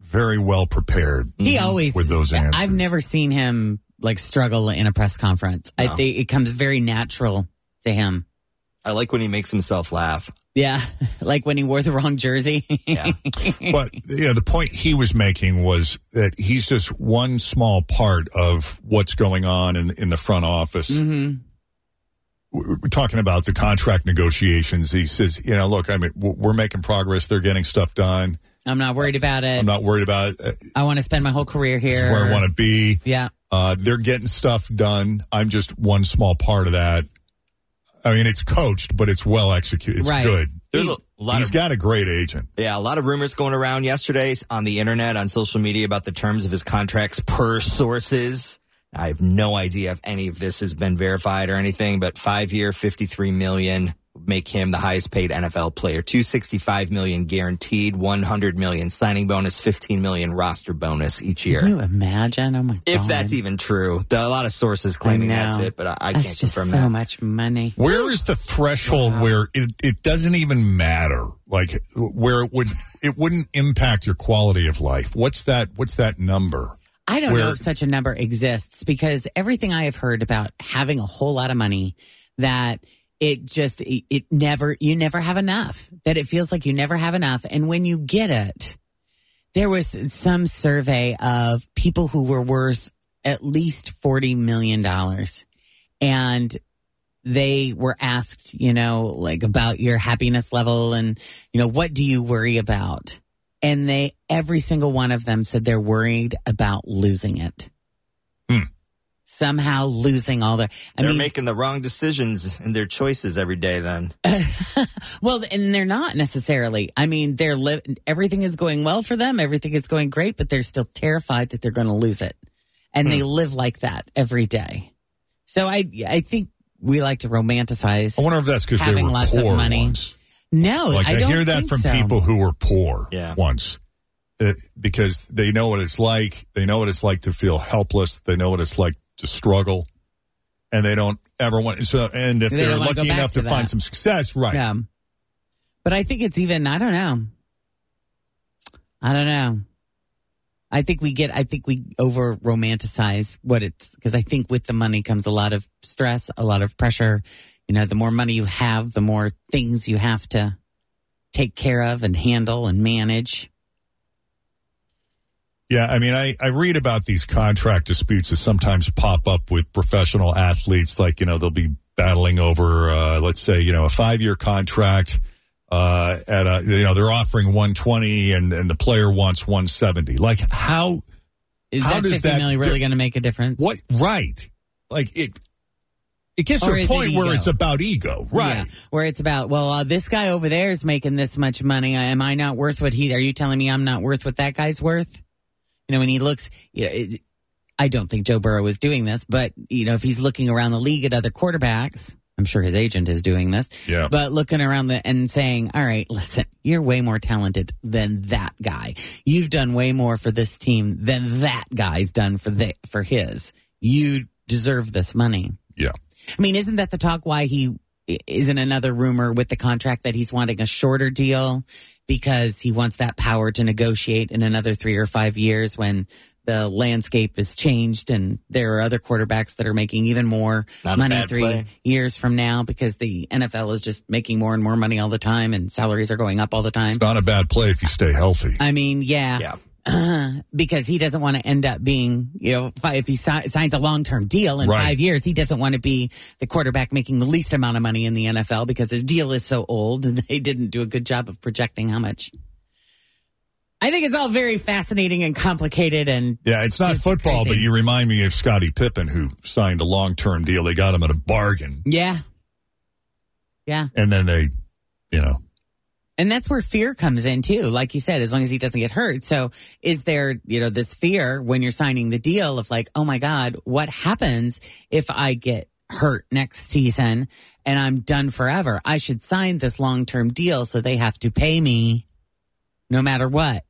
[SPEAKER 2] very well prepared.
[SPEAKER 3] He always
[SPEAKER 2] With those answers.
[SPEAKER 3] I've never seen him like struggle in a press conference. I
[SPEAKER 4] No.
[SPEAKER 3] think it comes very natural to him.
[SPEAKER 4] I like when he makes himself laugh.
[SPEAKER 3] Yeah, (laughs) like when he wore the wrong jersey. (laughs)
[SPEAKER 4] Yeah.
[SPEAKER 2] but yeah, the point he was making was that he's just one small part of what's going on in in the front office.
[SPEAKER 3] hmm
[SPEAKER 2] We're we're talking about the contract negotiations. He says, you know, look, I mean, w- we're making progress. They're getting stuff done.
[SPEAKER 3] I'm not worried about it.
[SPEAKER 2] I'm not worried about it. Uh, This
[SPEAKER 3] I want to spend my whole career
[SPEAKER 2] is
[SPEAKER 3] here.
[SPEAKER 2] where I want to be.
[SPEAKER 3] Yeah.
[SPEAKER 2] Uh, they're getting stuff done. I'm just one small part of that. I mean, it's coached, but it's well executed. It's
[SPEAKER 3] Right.
[SPEAKER 2] good.
[SPEAKER 4] There's a lot
[SPEAKER 2] He's
[SPEAKER 4] of
[SPEAKER 2] got a great agent.
[SPEAKER 4] Yeah, a lot of rumors going around yesterday on the internet, on social media about the terms of his contracts per sources. I have no idea if any of this has been verified or anything, but five year, 53 million would make him the highest paid NFL player. 265 million guaranteed, 100 million signing bonus, 15 million roster bonus each year.
[SPEAKER 3] Can you imagine? Oh my god.
[SPEAKER 4] If that's even true, there are a lot of sources claiming
[SPEAKER 3] I know.
[SPEAKER 4] that's it, but I, I
[SPEAKER 3] That's
[SPEAKER 4] can't
[SPEAKER 3] just
[SPEAKER 4] confirm
[SPEAKER 3] so
[SPEAKER 4] that.
[SPEAKER 3] much money.
[SPEAKER 2] Where is the threshold where it, it doesn't even matter? Like where it would it wouldn't impact your quality of life. What's that what's that number?
[SPEAKER 3] I don't know
[SPEAKER 2] Where-
[SPEAKER 3] if such a number exists because everything I have heard about having a whole lot of money that it just it, it never you never have enough that it feels like you never have enough and when you get it there was some survey of people who were worth at least 40 million dollars and they were asked you know like about your happiness level and you know what do you worry about and they every single one of them said they're worried about losing it.
[SPEAKER 2] Hmm.
[SPEAKER 3] somehow losing all their. I
[SPEAKER 4] They're
[SPEAKER 3] mean,
[SPEAKER 4] making the wrong decisions in their choices every day. Then
[SPEAKER 3] well, and they're not necessarily. I mean, they're li- everything is going well for them. Everything is going great, but they're still terrified that they're going to lose it, and
[SPEAKER 2] Hmm.
[SPEAKER 3] they live like that every day. So I, I think we like to romanticize.
[SPEAKER 2] I wonder if that's because they
[SPEAKER 3] having
[SPEAKER 2] were
[SPEAKER 3] lots
[SPEAKER 2] poor
[SPEAKER 3] of money.
[SPEAKER 2] once.
[SPEAKER 3] No,
[SPEAKER 2] like
[SPEAKER 3] I don't
[SPEAKER 2] hear that
[SPEAKER 3] think
[SPEAKER 2] from
[SPEAKER 3] so.
[SPEAKER 2] people who were poor
[SPEAKER 4] Yeah.
[SPEAKER 2] once, Uh, because they know what it's like. They know what it's like to feel helpless. They know what it's like to struggle, and they don't ever want. So, and if
[SPEAKER 3] They
[SPEAKER 2] they are
[SPEAKER 3] don't wanna go
[SPEAKER 2] lucky
[SPEAKER 3] back
[SPEAKER 2] enough
[SPEAKER 3] to
[SPEAKER 2] to, find
[SPEAKER 3] that.
[SPEAKER 2] some success, right?
[SPEAKER 3] Yeah. But I think it's even, I don't know. I don't know. I think we get, I think we over romanticize what it's, because I think with the money comes a lot of stress, a lot of pressure. You know, the more money you have, the more things you have to take care of and handle and manage.
[SPEAKER 2] Yeah, I mean, I, I read about these contract disputes that sometimes pop up with professional athletes. Like, you know, they'll be battling over, uh, let's say, you know, a five year contract. Uh, at a, you know, they're offering 120 and, and the player wants 170. Like, how
[SPEAKER 3] Is
[SPEAKER 2] how
[SPEAKER 3] that
[SPEAKER 2] does
[SPEAKER 3] fifty million
[SPEAKER 2] that
[SPEAKER 3] really
[SPEAKER 2] di-
[SPEAKER 3] going to make a difference?
[SPEAKER 2] What? Right. Like, it, it gets
[SPEAKER 3] Or
[SPEAKER 2] to a
[SPEAKER 3] is it
[SPEAKER 2] point where
[SPEAKER 3] ego?
[SPEAKER 2] it's about ego. Right.
[SPEAKER 3] Yeah, where it's about, well, uh, this guy over there is making this much money. Uh, Am I not worth what he? Are you telling me I'm not worth what that guy's worth? You know, when he looks, you know, it, I don't think Joe Burrow is doing this, but you know, if he's looking around the league at other quarterbacks, I'm sure his agent is doing this.
[SPEAKER 2] Yeah.
[SPEAKER 3] But looking around the and saying, "All right, listen, you're way more talented than that guy. You've done way more for this team than that guy's done for the for his. You deserve this money."
[SPEAKER 2] Yeah.
[SPEAKER 3] I mean, isn't that the talk why he i- isn't another rumor with the contract that he's wanting a shorter deal because he wants that power to negotiate in another three or five years when the landscape is changed and there are other quarterbacks that are making even more
[SPEAKER 4] Not a
[SPEAKER 3] money
[SPEAKER 4] bad
[SPEAKER 3] three
[SPEAKER 4] play.
[SPEAKER 3] years from now because the NFL is just making more and more money all the time and salaries are going up all the time.
[SPEAKER 2] It's not a bad play if you stay healthy.
[SPEAKER 3] I mean, yeah.
[SPEAKER 4] Yeah.
[SPEAKER 3] (clears throat) because he doesn't want to end up being, you know, if, I- if he si- signs a long term deal in
[SPEAKER 2] Right.
[SPEAKER 3] five years, he doesn't want to be the quarterback making the least amount of money in the NFL because his deal is so old and (laughs) they didn't do a good job of projecting how much. I think it's all very fascinating and complicated and
[SPEAKER 2] Yeah, it's not
[SPEAKER 3] Just
[SPEAKER 2] football,
[SPEAKER 3] crazy.
[SPEAKER 2] but you remind me of Scottie Pippen, who signed a long term deal. They got him at a bargain,
[SPEAKER 3] yeah. Yeah.
[SPEAKER 2] and then they, you know,
[SPEAKER 3] And that's where fear comes in too. Like you said, as long as he doesn't get hurt. So is there, you know, this fear when you're signing the deal of like, oh my God, what happens if I get hurt next season and I'm done forever? I should sign this long term deal so they have to pay me no matter what.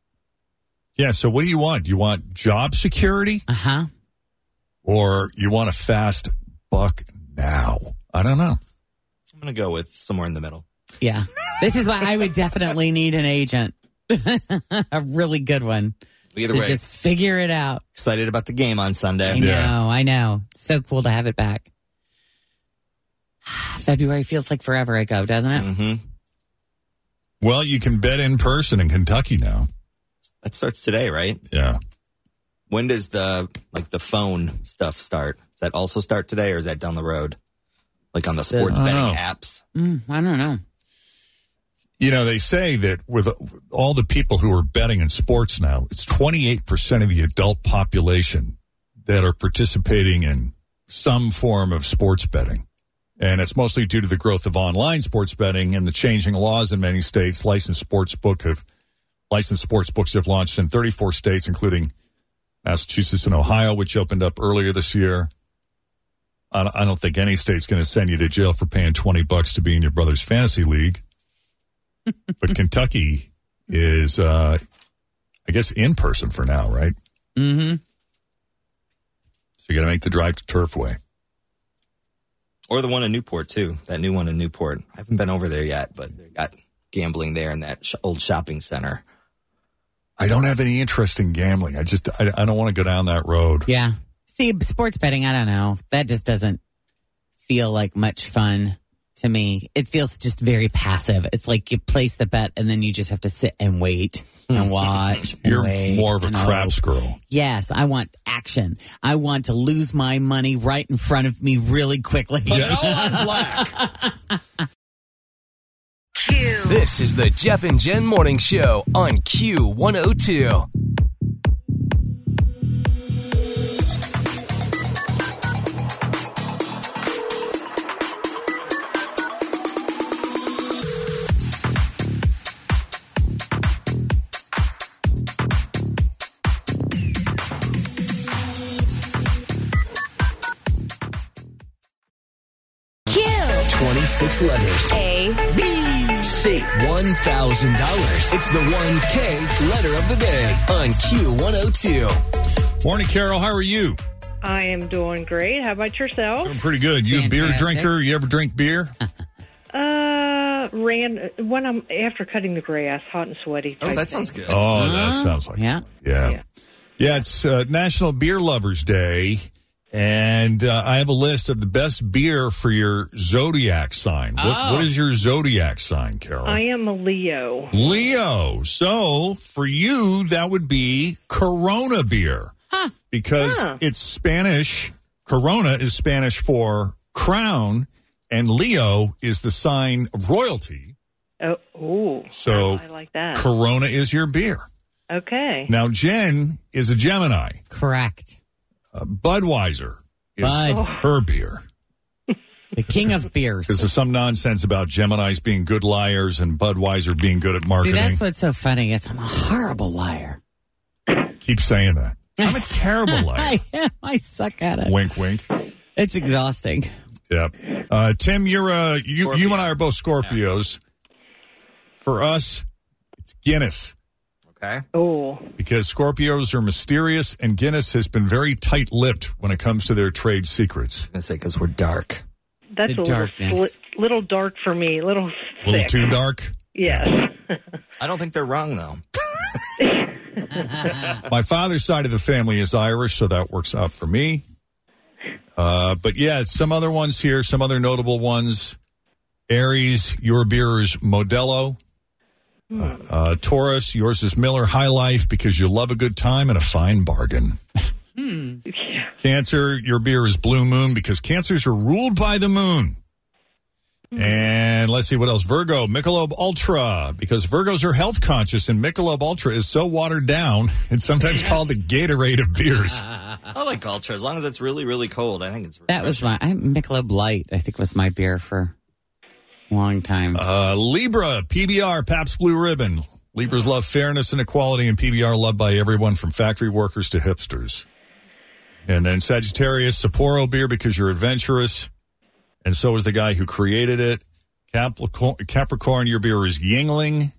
[SPEAKER 2] yeah. So what do you want? You want job security,
[SPEAKER 3] Uh huh.
[SPEAKER 2] or you want a fast buck now? I don't know.
[SPEAKER 4] I'm gonna go with somewhere in the middle.
[SPEAKER 3] Yeah. This is why I would definitely need an agent. (laughs) a really good one.
[SPEAKER 4] Either
[SPEAKER 3] to
[SPEAKER 4] way,
[SPEAKER 3] just figure it out.
[SPEAKER 4] excited about the game on Sunday.
[SPEAKER 3] I know, I know. So cool to have it back. (sighs) February feels like forever ago, doesn't
[SPEAKER 2] Mm-hmm.
[SPEAKER 3] it?
[SPEAKER 4] hmm
[SPEAKER 2] Well, you can bet in person in Kentucky now.
[SPEAKER 4] That starts today, right?
[SPEAKER 2] Yeah,
[SPEAKER 4] When does the like the phone stuff start? Does that also start today, or is that down the road? Like on the sports
[SPEAKER 2] I don't
[SPEAKER 4] betting
[SPEAKER 2] know.
[SPEAKER 4] apps?
[SPEAKER 3] Mm, I don't know.
[SPEAKER 2] you know they say that with all the people who are betting in sports now, it's twenty eight percent of the adult population that are participating in some form of sports betting. And it's mostly due to the growth of online sports betting and the changing laws in many states. Licensed sports book have licensed sports books have launched in 34 states, including Massachusetts and Ohio, which opened up earlier this year. I don't- I don't think any state's going to send you to jail for paying 20 bucks to be in your brother's fantasy league. but Kentucky is, uh, I guess, in person for now, right?
[SPEAKER 3] Mm-hmm.
[SPEAKER 2] So you got to make the drive to Turfway.
[SPEAKER 4] Or the one in Newport too? That new one in Newport. I haven't been over there yet, but they got gambling there in that sh- old shopping center.
[SPEAKER 2] I don't have any interest in gambling. I just I, I don't want to go down that road.
[SPEAKER 3] Yeah. See, sports betting, I don't know. That just doesn't feel like much fun to me. It feels just very passive. It's like you place the bet and then you just have to sit and wait and watch. and
[SPEAKER 2] Hmm. You're
[SPEAKER 3] wait
[SPEAKER 2] more of a
[SPEAKER 3] and
[SPEAKER 2] craps
[SPEAKER 3] hope.
[SPEAKER 2] girl.
[SPEAKER 3] Yes, I want action. I want to lose my money right in front of me really quickly.
[SPEAKER 2] (laughs)
[SPEAKER 1] This is the Jeff and Jen Morning Show on Q102. $1,000. It's the 1K letter of the day on oh. Q102.
[SPEAKER 2] Morning, Carol. How are you?
[SPEAKER 7] I am doing great. How about yourself?
[SPEAKER 2] Doing pretty good. You a beer
[SPEAKER 7] Fantastic.
[SPEAKER 2] drinker? You ever drink beer?
[SPEAKER 7] Uh, ran when I'm after cutting the grass, hot and sweaty. Oh, that sounds good.
[SPEAKER 2] Oh, that sounds like
[SPEAKER 3] yeah,
[SPEAKER 2] yeah, yeah. it's uh, National Beer Lovers Day, and uh, I have a list of the best beer for your zodiac sign. What,
[SPEAKER 7] Oh.
[SPEAKER 2] what is your zodiac sign, Carol?
[SPEAKER 7] I am a Leo.
[SPEAKER 2] Leo. So for you, that would be Corona beer because it's Spanish. Corona is Spanish for crown, and Leo is the sign of royalty.
[SPEAKER 7] Oh, ooh.
[SPEAKER 2] So
[SPEAKER 7] I like that.
[SPEAKER 2] Corona is your beer.
[SPEAKER 7] Okay.
[SPEAKER 2] Now, Jen is a Gemini.
[SPEAKER 3] Correct.
[SPEAKER 2] Uh, Budweiser is
[SPEAKER 3] Bud.
[SPEAKER 2] her beer.
[SPEAKER 3] The king of beers.
[SPEAKER 2] This is some nonsense about Geminis being good liars and Budweiser being good at
[SPEAKER 3] See,
[SPEAKER 2] marketing.
[SPEAKER 3] that's what's so funny is I'm a horrible (laughs) liar.
[SPEAKER 2] Keep saying that. I'm a terrible liar.
[SPEAKER 3] (laughs) I am. I suck at it.
[SPEAKER 2] wink, wink.
[SPEAKER 3] It's exhausting.
[SPEAKER 2] Yep. Uh, Tim, you're uh, you you and I are both Scorpios. For us, it's Guinness.
[SPEAKER 7] Okay. Oh,
[SPEAKER 2] because Scorpios are mysterious, and Guinness has been very tight-lipped when it comes to their trade secrets. I say because we're dark,
[SPEAKER 7] that's a
[SPEAKER 2] The
[SPEAKER 7] little,
[SPEAKER 2] darkness.
[SPEAKER 7] sli- little dark for me. A little
[SPEAKER 2] a little
[SPEAKER 7] thick.
[SPEAKER 2] too dark.
[SPEAKER 7] Yes. (laughs)
[SPEAKER 4] I don't think they're wrong though.
[SPEAKER 2] (laughs) My father's side of the family is Irish, so that works out for me. Uh, but yeah, some other ones here, some other notable ones. Aries, your beer is Modelo. Uh, uh, Taurus, yours is Miller High Life because you love a good time and a fine bargain.
[SPEAKER 7] Hmm.
[SPEAKER 2] Cancer, your beer is Blue Moon because cancers are ruled by the moon. And let's see what else. Virgo, Michelob Ultra, because Virgos are health conscious and Michelob Ultra is so watered down, it's sometimes called the Gatorade of beers.
[SPEAKER 4] I like Ultra as long as it's really, really cold. I think it's
[SPEAKER 3] That was my I, Michelob Light. I think was my beer for a long time.
[SPEAKER 2] Uh, Libra, PBR, Pabst Blue Ribbon. Libras love fairness and equality, and PBR loved by everyone from factory workers to hipsters. And then Sagittarius, Sapporo beer because you're adventurous, and so is the guy who created it. Capricorn, Capricorn your beer is Yingling.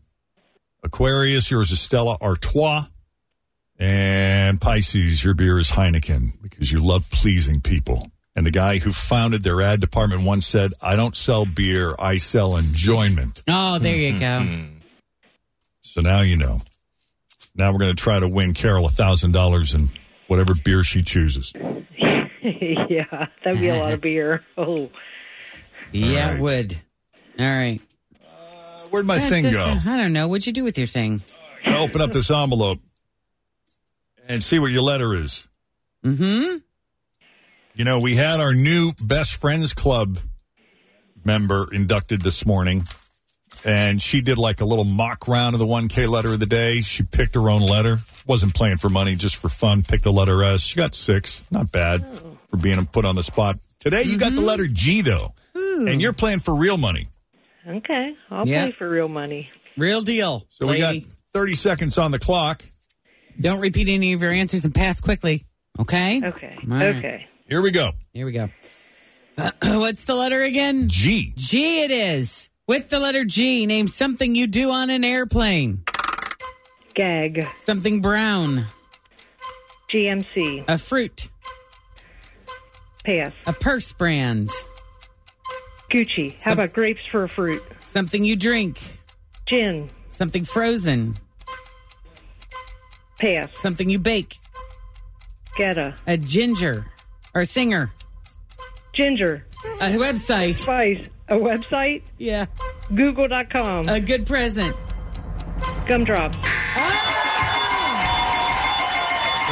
[SPEAKER 2] Aquarius, yours is Stella Artois. And Pisces, your beer is Heineken because you love pleasing people. And the guy who founded their ad department once said, I don't sell beer, I sell enjoyment.
[SPEAKER 3] oh, there you go.
[SPEAKER 2] So now you know. Now we're going to try to win Carol $1,000 in whatever beer she chooses.
[SPEAKER 7] yeah, that'd be a lot of beer. Oh,
[SPEAKER 3] Yeah, it would. All right.
[SPEAKER 2] mm-hmm. Uh, where'd my
[SPEAKER 3] That's-
[SPEAKER 2] thing
[SPEAKER 3] that's-
[SPEAKER 2] go?
[SPEAKER 3] I don't know. What'd you do with your thing?
[SPEAKER 2] Now Open up this envelope and see what your letter is.
[SPEAKER 3] Mm-hmm.
[SPEAKER 2] You know, we had our new Best Friends Club member inducted this morning, and she did like a little mock round of the 1K letter of the day. She picked her own letter, wasn't playing for money, just for fun, picked the letter S. She got six. Not bad for being put on the spot. Today, you
[SPEAKER 3] Mm-hmm.
[SPEAKER 2] got the letter G, though, and you're playing for real money.
[SPEAKER 7] okay. I'll
[SPEAKER 2] Yeah.
[SPEAKER 7] play for real money.
[SPEAKER 3] Real deal.
[SPEAKER 2] So we got 30 seconds on the clock.
[SPEAKER 3] Don't repeat any of your answers and pass quickly. Okay.
[SPEAKER 7] Okay.
[SPEAKER 2] Okay. Here we go.
[SPEAKER 3] Here we go. (clears throat) what's the letter again?
[SPEAKER 2] G.
[SPEAKER 3] G it is. With the letter G, name something you do on an airplane.
[SPEAKER 7] Gag.
[SPEAKER 3] Something brown.
[SPEAKER 7] GMC.
[SPEAKER 3] A fruit.
[SPEAKER 7] Pass.
[SPEAKER 3] A purse brand.
[SPEAKER 7] Gucci. How
[SPEAKER 3] Some-
[SPEAKER 7] about grapes for a fruit?
[SPEAKER 3] Something you drink.
[SPEAKER 7] Gin.
[SPEAKER 3] Something frozen.
[SPEAKER 7] Pass.
[SPEAKER 3] Something you bake.
[SPEAKER 7] Getta.
[SPEAKER 3] A ginger. Or a singer.
[SPEAKER 7] Ginger.
[SPEAKER 3] A website.
[SPEAKER 7] Spice. A website?
[SPEAKER 3] Yeah.
[SPEAKER 7] Google.com.
[SPEAKER 3] A good present.
[SPEAKER 7] Gumdrop.
[SPEAKER 4] Was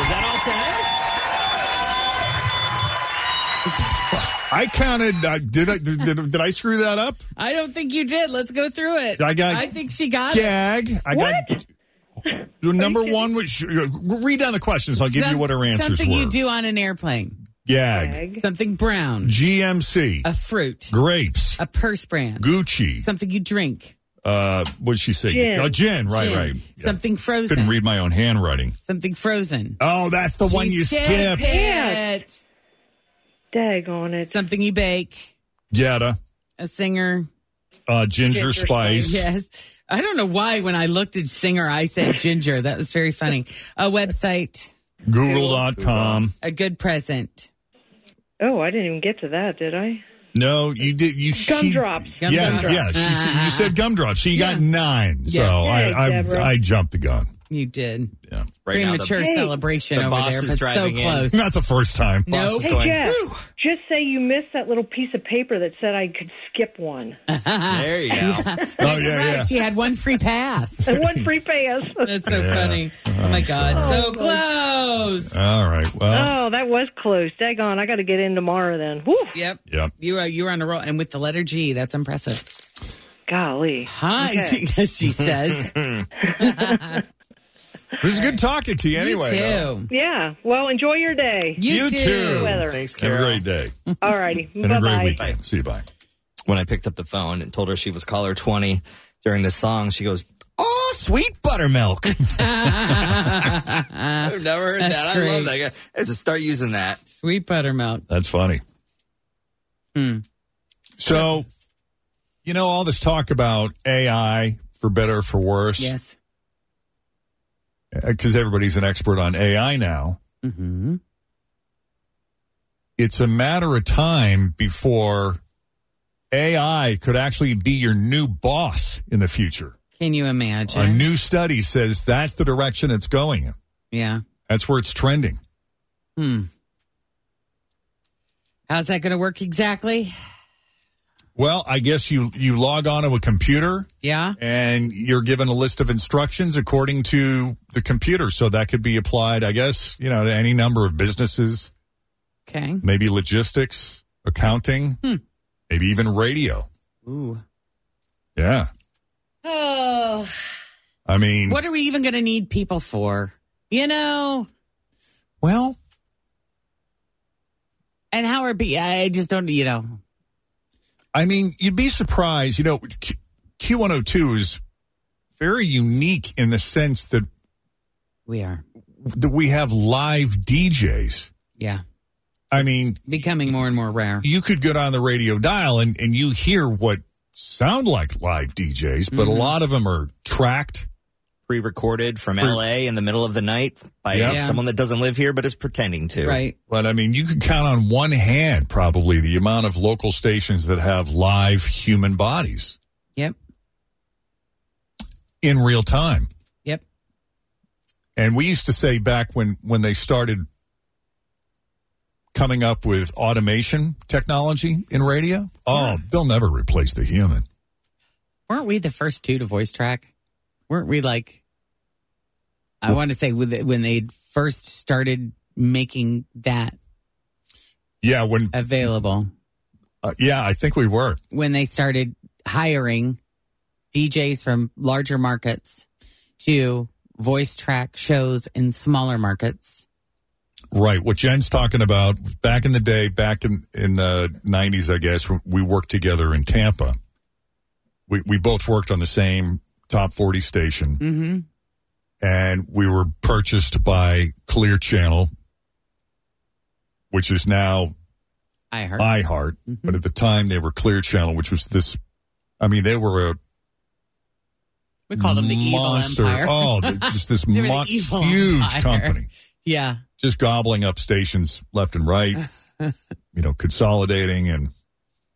[SPEAKER 4] that
[SPEAKER 2] I counted. Uh, did, I, did, did did I screw that up?
[SPEAKER 3] I don't think you did. Let's go through it.
[SPEAKER 2] I got-
[SPEAKER 3] I think she got it.
[SPEAKER 2] Gag. I got the number one. Which read down the questions. I'll give you
[SPEAKER 3] Some-
[SPEAKER 2] what her answers
[SPEAKER 3] Something
[SPEAKER 2] were.
[SPEAKER 3] you do on an airplane.
[SPEAKER 2] Gag.
[SPEAKER 3] Something brown.
[SPEAKER 2] GMC.
[SPEAKER 3] A fruit.
[SPEAKER 2] Grapes.
[SPEAKER 3] A purse brand.
[SPEAKER 2] Gucci.
[SPEAKER 3] Something you drink.
[SPEAKER 2] Uh, what'd she say?
[SPEAKER 3] Gin.
[SPEAKER 2] Oh, gin. Right.
[SPEAKER 3] Gin.
[SPEAKER 2] Right.
[SPEAKER 3] Something frozen.
[SPEAKER 2] Couldn't read my own handwriting.
[SPEAKER 3] Something frozen.
[SPEAKER 2] Oh, that's the one
[SPEAKER 3] She
[SPEAKER 2] you
[SPEAKER 3] said
[SPEAKER 2] skipped.
[SPEAKER 3] It.
[SPEAKER 7] Dag on it.
[SPEAKER 3] Something you bake.
[SPEAKER 2] Jetta.
[SPEAKER 3] A singer.
[SPEAKER 2] Uh, ginger, spice.
[SPEAKER 3] Yes. I don't know why when I looked at singer, I said ginger. That was very funny. A website.
[SPEAKER 2] Google.com.
[SPEAKER 3] A good present.
[SPEAKER 7] Oh, I didn't even get to that, did I?
[SPEAKER 2] No, you did. You she-
[SPEAKER 7] Gumdrops.
[SPEAKER 2] yeah,
[SPEAKER 7] Gumdrops.
[SPEAKER 2] yeah. She, said- you said gumdrops. She got nine. So
[SPEAKER 3] Yeah.
[SPEAKER 2] I,
[SPEAKER 3] Hey, Deborah.
[SPEAKER 2] I, I jumped the gun.
[SPEAKER 3] You did.
[SPEAKER 2] Yeah.
[SPEAKER 3] Right now, the- Premature Hey. celebration
[SPEAKER 4] the
[SPEAKER 3] over
[SPEAKER 4] boss
[SPEAKER 3] there, but
[SPEAKER 4] is
[SPEAKER 3] so
[SPEAKER 4] driving in.
[SPEAKER 2] (laughs)
[SPEAKER 3] close.
[SPEAKER 2] Not the first time.
[SPEAKER 4] Boss is
[SPEAKER 7] hey,
[SPEAKER 4] going,
[SPEAKER 7] Jeff, just say you missed that little piece of paper that said I could skip one.
[SPEAKER 3] (laughs)
[SPEAKER 4] There you go.
[SPEAKER 2] Oh, yeah,
[SPEAKER 3] Right,
[SPEAKER 2] yeah.
[SPEAKER 3] She had one free pass.
[SPEAKER 7] and one free pass.
[SPEAKER 3] (laughs) That's so
[SPEAKER 2] Yeah.
[SPEAKER 3] funny. Oh my
[SPEAKER 2] I'm
[SPEAKER 3] God.
[SPEAKER 2] sorry.
[SPEAKER 3] So close.
[SPEAKER 2] All right. Well,
[SPEAKER 7] oh, that was close. Daggone, I got to get in tomorrow then. Whew,
[SPEAKER 3] Yep.
[SPEAKER 2] yeah.
[SPEAKER 3] You are you were on a roll. And with the letter G, that's impressive.
[SPEAKER 7] golly.
[SPEAKER 3] Hi.
[SPEAKER 4] (laughs)
[SPEAKER 7] Okay.
[SPEAKER 3] she (laughs) says.
[SPEAKER 2] (laughs) This is good talking
[SPEAKER 4] (laughs)
[SPEAKER 2] to you anyway. though.
[SPEAKER 3] you too.
[SPEAKER 7] Yeah. Well, enjoy your day.
[SPEAKER 3] You,
[SPEAKER 2] You too.
[SPEAKER 7] Weather.
[SPEAKER 4] Thanks,
[SPEAKER 2] Have a
[SPEAKER 4] Carol.
[SPEAKER 2] great day
[SPEAKER 7] All righty.
[SPEAKER 2] and a
[SPEAKER 7] Bye
[SPEAKER 2] great
[SPEAKER 7] bye.
[SPEAKER 2] weekend. See you. Bye.
[SPEAKER 4] When I picked up the phone and told her she was caller 20 during this song, she goes, Oh, sweet
[SPEAKER 2] (laughs)
[SPEAKER 4] buttermilk. I've never heard
[SPEAKER 3] That's
[SPEAKER 4] that. I love that. I should start using that.
[SPEAKER 3] Sweet buttermilk.
[SPEAKER 2] That's funny.
[SPEAKER 3] Hmm.
[SPEAKER 2] So, you know, all this talk about AI for better or for worse,
[SPEAKER 3] Yes.
[SPEAKER 2] because everybody's an expert on AI now.
[SPEAKER 3] Mm-hmm.
[SPEAKER 2] It's a matter of time before AI could actually be your new boss in the future.
[SPEAKER 3] Can you
[SPEAKER 2] A
[SPEAKER 3] imagine?
[SPEAKER 2] new study says that's the direction it's going in.
[SPEAKER 3] yeah.
[SPEAKER 2] That's where it's trending.
[SPEAKER 3] Hmm. How's that going to work exactly?
[SPEAKER 2] Well, I guess you you log on to a computer
[SPEAKER 3] Yeah.
[SPEAKER 2] and you're given a list of instructions according to the computer. So that could be applied, I guess, you know, to any number of businesses,
[SPEAKER 3] Okay.
[SPEAKER 2] maybe logistics, accounting,
[SPEAKER 3] Hmm.
[SPEAKER 2] maybe even radio.
[SPEAKER 3] (sighs) Ooh.
[SPEAKER 2] Yeah.
[SPEAKER 3] Oh.
[SPEAKER 2] I mean,
[SPEAKER 3] What are we even going to need people for? You know,
[SPEAKER 2] well,
[SPEAKER 3] and how are be? I just don't. You know.
[SPEAKER 2] I mean, you'd be surprised. You know, Q- Q102 is very unique in the sense that,
[SPEAKER 3] We are.
[SPEAKER 2] that we have live DJs.
[SPEAKER 3] Yeah.
[SPEAKER 2] I mean,
[SPEAKER 3] Becoming more and more rare.
[SPEAKER 2] you could go down the radio dial and, and you hear what sound like live DJs, but a
[SPEAKER 3] Mhm.
[SPEAKER 2] lot of them are tracked.
[SPEAKER 4] Pre recorded from
[SPEAKER 2] Pre-
[SPEAKER 4] LA in the middle of the night by
[SPEAKER 2] Yep.
[SPEAKER 3] Yeah.
[SPEAKER 4] someone that doesn't live here but is pretending to.
[SPEAKER 3] Right.
[SPEAKER 2] But I mean, you could count on one hand probably the amount of local stations that have live human bodies
[SPEAKER 3] Yep.
[SPEAKER 2] in real time.
[SPEAKER 3] Yep.
[SPEAKER 2] And we used to say back when when they started coming up with automation technology in radio, oh, they'll never replace the human.
[SPEAKER 3] Weren't we the first two to voice track? Weren't we like? I want to say with the- when they first started making that
[SPEAKER 2] Yeah, when
[SPEAKER 3] available,
[SPEAKER 2] uh, yeah, I think we were.
[SPEAKER 3] when they started hiring DJs from larger markets to voice track shows in smaller markets.
[SPEAKER 2] Right. What Jen's talking about back in the day, back in, in the 90s, I guess, when we worked together in Tampa. We, we both worked on the same top 40 station
[SPEAKER 3] Mm-hmm.
[SPEAKER 2] and we were purchased by Clear Channel, which is now
[SPEAKER 3] I heard.
[SPEAKER 2] iHeart.
[SPEAKER 3] Mhm.
[SPEAKER 2] But at the time, they were Clear Channel, which was this. I mean, they were a
[SPEAKER 3] we called them the
[SPEAKER 2] monster.
[SPEAKER 3] evil empire.
[SPEAKER 2] Oh, they're
[SPEAKER 3] (laughs)
[SPEAKER 2] just this
[SPEAKER 3] They were the
[SPEAKER 2] mon-
[SPEAKER 3] evil
[SPEAKER 2] huge
[SPEAKER 3] empire.
[SPEAKER 2] company.
[SPEAKER 3] yeah.
[SPEAKER 2] just gobbling up stations left and right, you know, consolidating. And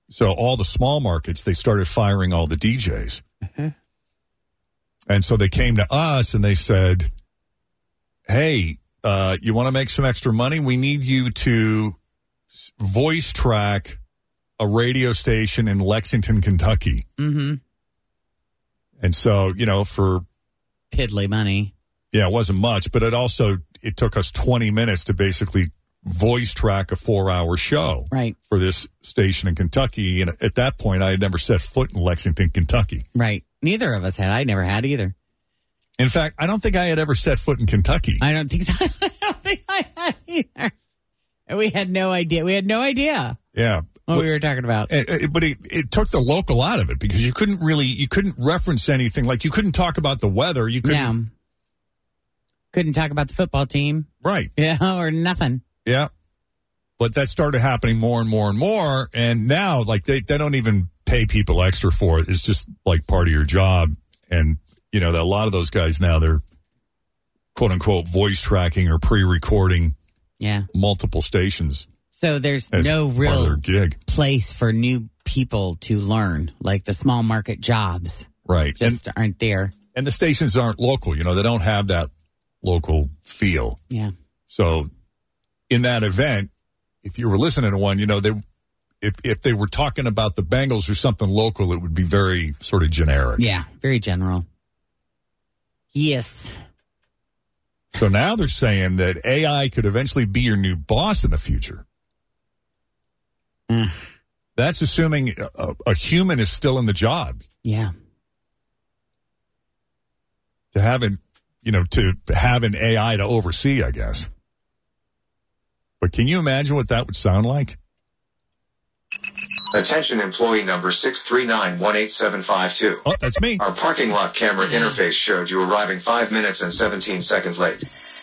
[SPEAKER 2] so all the small markets, they started firing all the DJs.
[SPEAKER 3] Uh-huh.
[SPEAKER 2] And so they came to us and they said, Hey, uh, you want to make some extra money? We need you to s- voice track a radio station in Lexington, Kentucky.
[SPEAKER 3] Mm-hmm.
[SPEAKER 2] And so, you know, for
[SPEAKER 3] Piddly money.
[SPEAKER 2] Yeah, it wasn't much, but it also it took us 20 minutes to basically voice track a 4-hour show
[SPEAKER 3] Right.
[SPEAKER 2] for this station in Kentucky and at that point I had never set foot in Lexington, Kentucky.
[SPEAKER 3] Right. Neither of us had. I never had either. (laughs)
[SPEAKER 2] In fact, I don't think I had ever set foot in Kentucky.
[SPEAKER 3] I don't think so. (laughs) I don't think I had either. And we had no idea. We had no idea
[SPEAKER 2] yeah.
[SPEAKER 3] what we were talking about.
[SPEAKER 2] And- and- but it, it took the local out of it because you couldn't really you couldn't reference anything like you couldn't talk about the weather, you couldn't
[SPEAKER 3] Yeah. Couldn't talk about the football team.
[SPEAKER 2] right.
[SPEAKER 3] (laughs) Yeah, or nothing.
[SPEAKER 2] Yeah. But that started happening more and more and more. And now, like, they, they don't even pay people extra for it. It's just like part of your job. And, you know, that a lot of those guys now, they're quote unquote voice tracking or pre recording
[SPEAKER 3] yeah.
[SPEAKER 2] multiple stations.
[SPEAKER 3] So there's
[SPEAKER 2] As
[SPEAKER 3] no
[SPEAKER 2] part of their
[SPEAKER 3] real
[SPEAKER 2] gig.
[SPEAKER 3] place for new people to learn, like the small market jobs.
[SPEAKER 2] Right.
[SPEAKER 3] Just aren't there.
[SPEAKER 2] And the stations aren't local, you know, they don't have that local feel.
[SPEAKER 3] Yeah.
[SPEAKER 2] So in that event, if you were listening to one, you know, they if if they were talking about the Bengals or something local, it would be very sort of generic.
[SPEAKER 3] Yeah. Very general. Yes.
[SPEAKER 2] So now they're saying that AI could eventually be your new boss in the future. That's assuming a, a human is still in the job.
[SPEAKER 3] Yeah.
[SPEAKER 2] To have an, you know, to have an AI to oversee, I guess. But can you imagine what that would sound like?
[SPEAKER 8] Attention employee number 639187522.
[SPEAKER 2] Oh, that's me.
[SPEAKER 8] Our parking lot camera interface showed you arriving 5 minutes and 17 seconds late.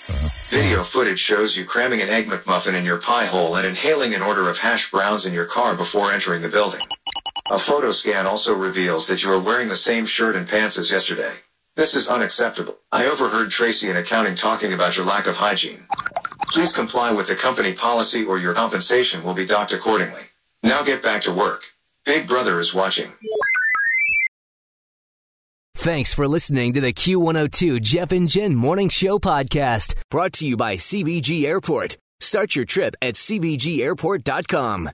[SPEAKER 2] Uh-huh.
[SPEAKER 8] Video footage shows you cramming an egg McMuffin in your pie hole and inhaling an order of hash browns in your car before entering the building. A photo scan also reveals that you are wearing the same shirt and pants as yesterday. This is unacceptable. I overheard Tracy in accounting talking about your lack of hygiene. Please comply with the company policy or your compensation will be docked accordingly. Now get back to work. Big Brother is watching.
[SPEAKER 1] Thanks for listening to the Q102 Jeff and Jen Morning Show podcast, brought to you by CBG Airport. Start your trip at CBGAirport.com.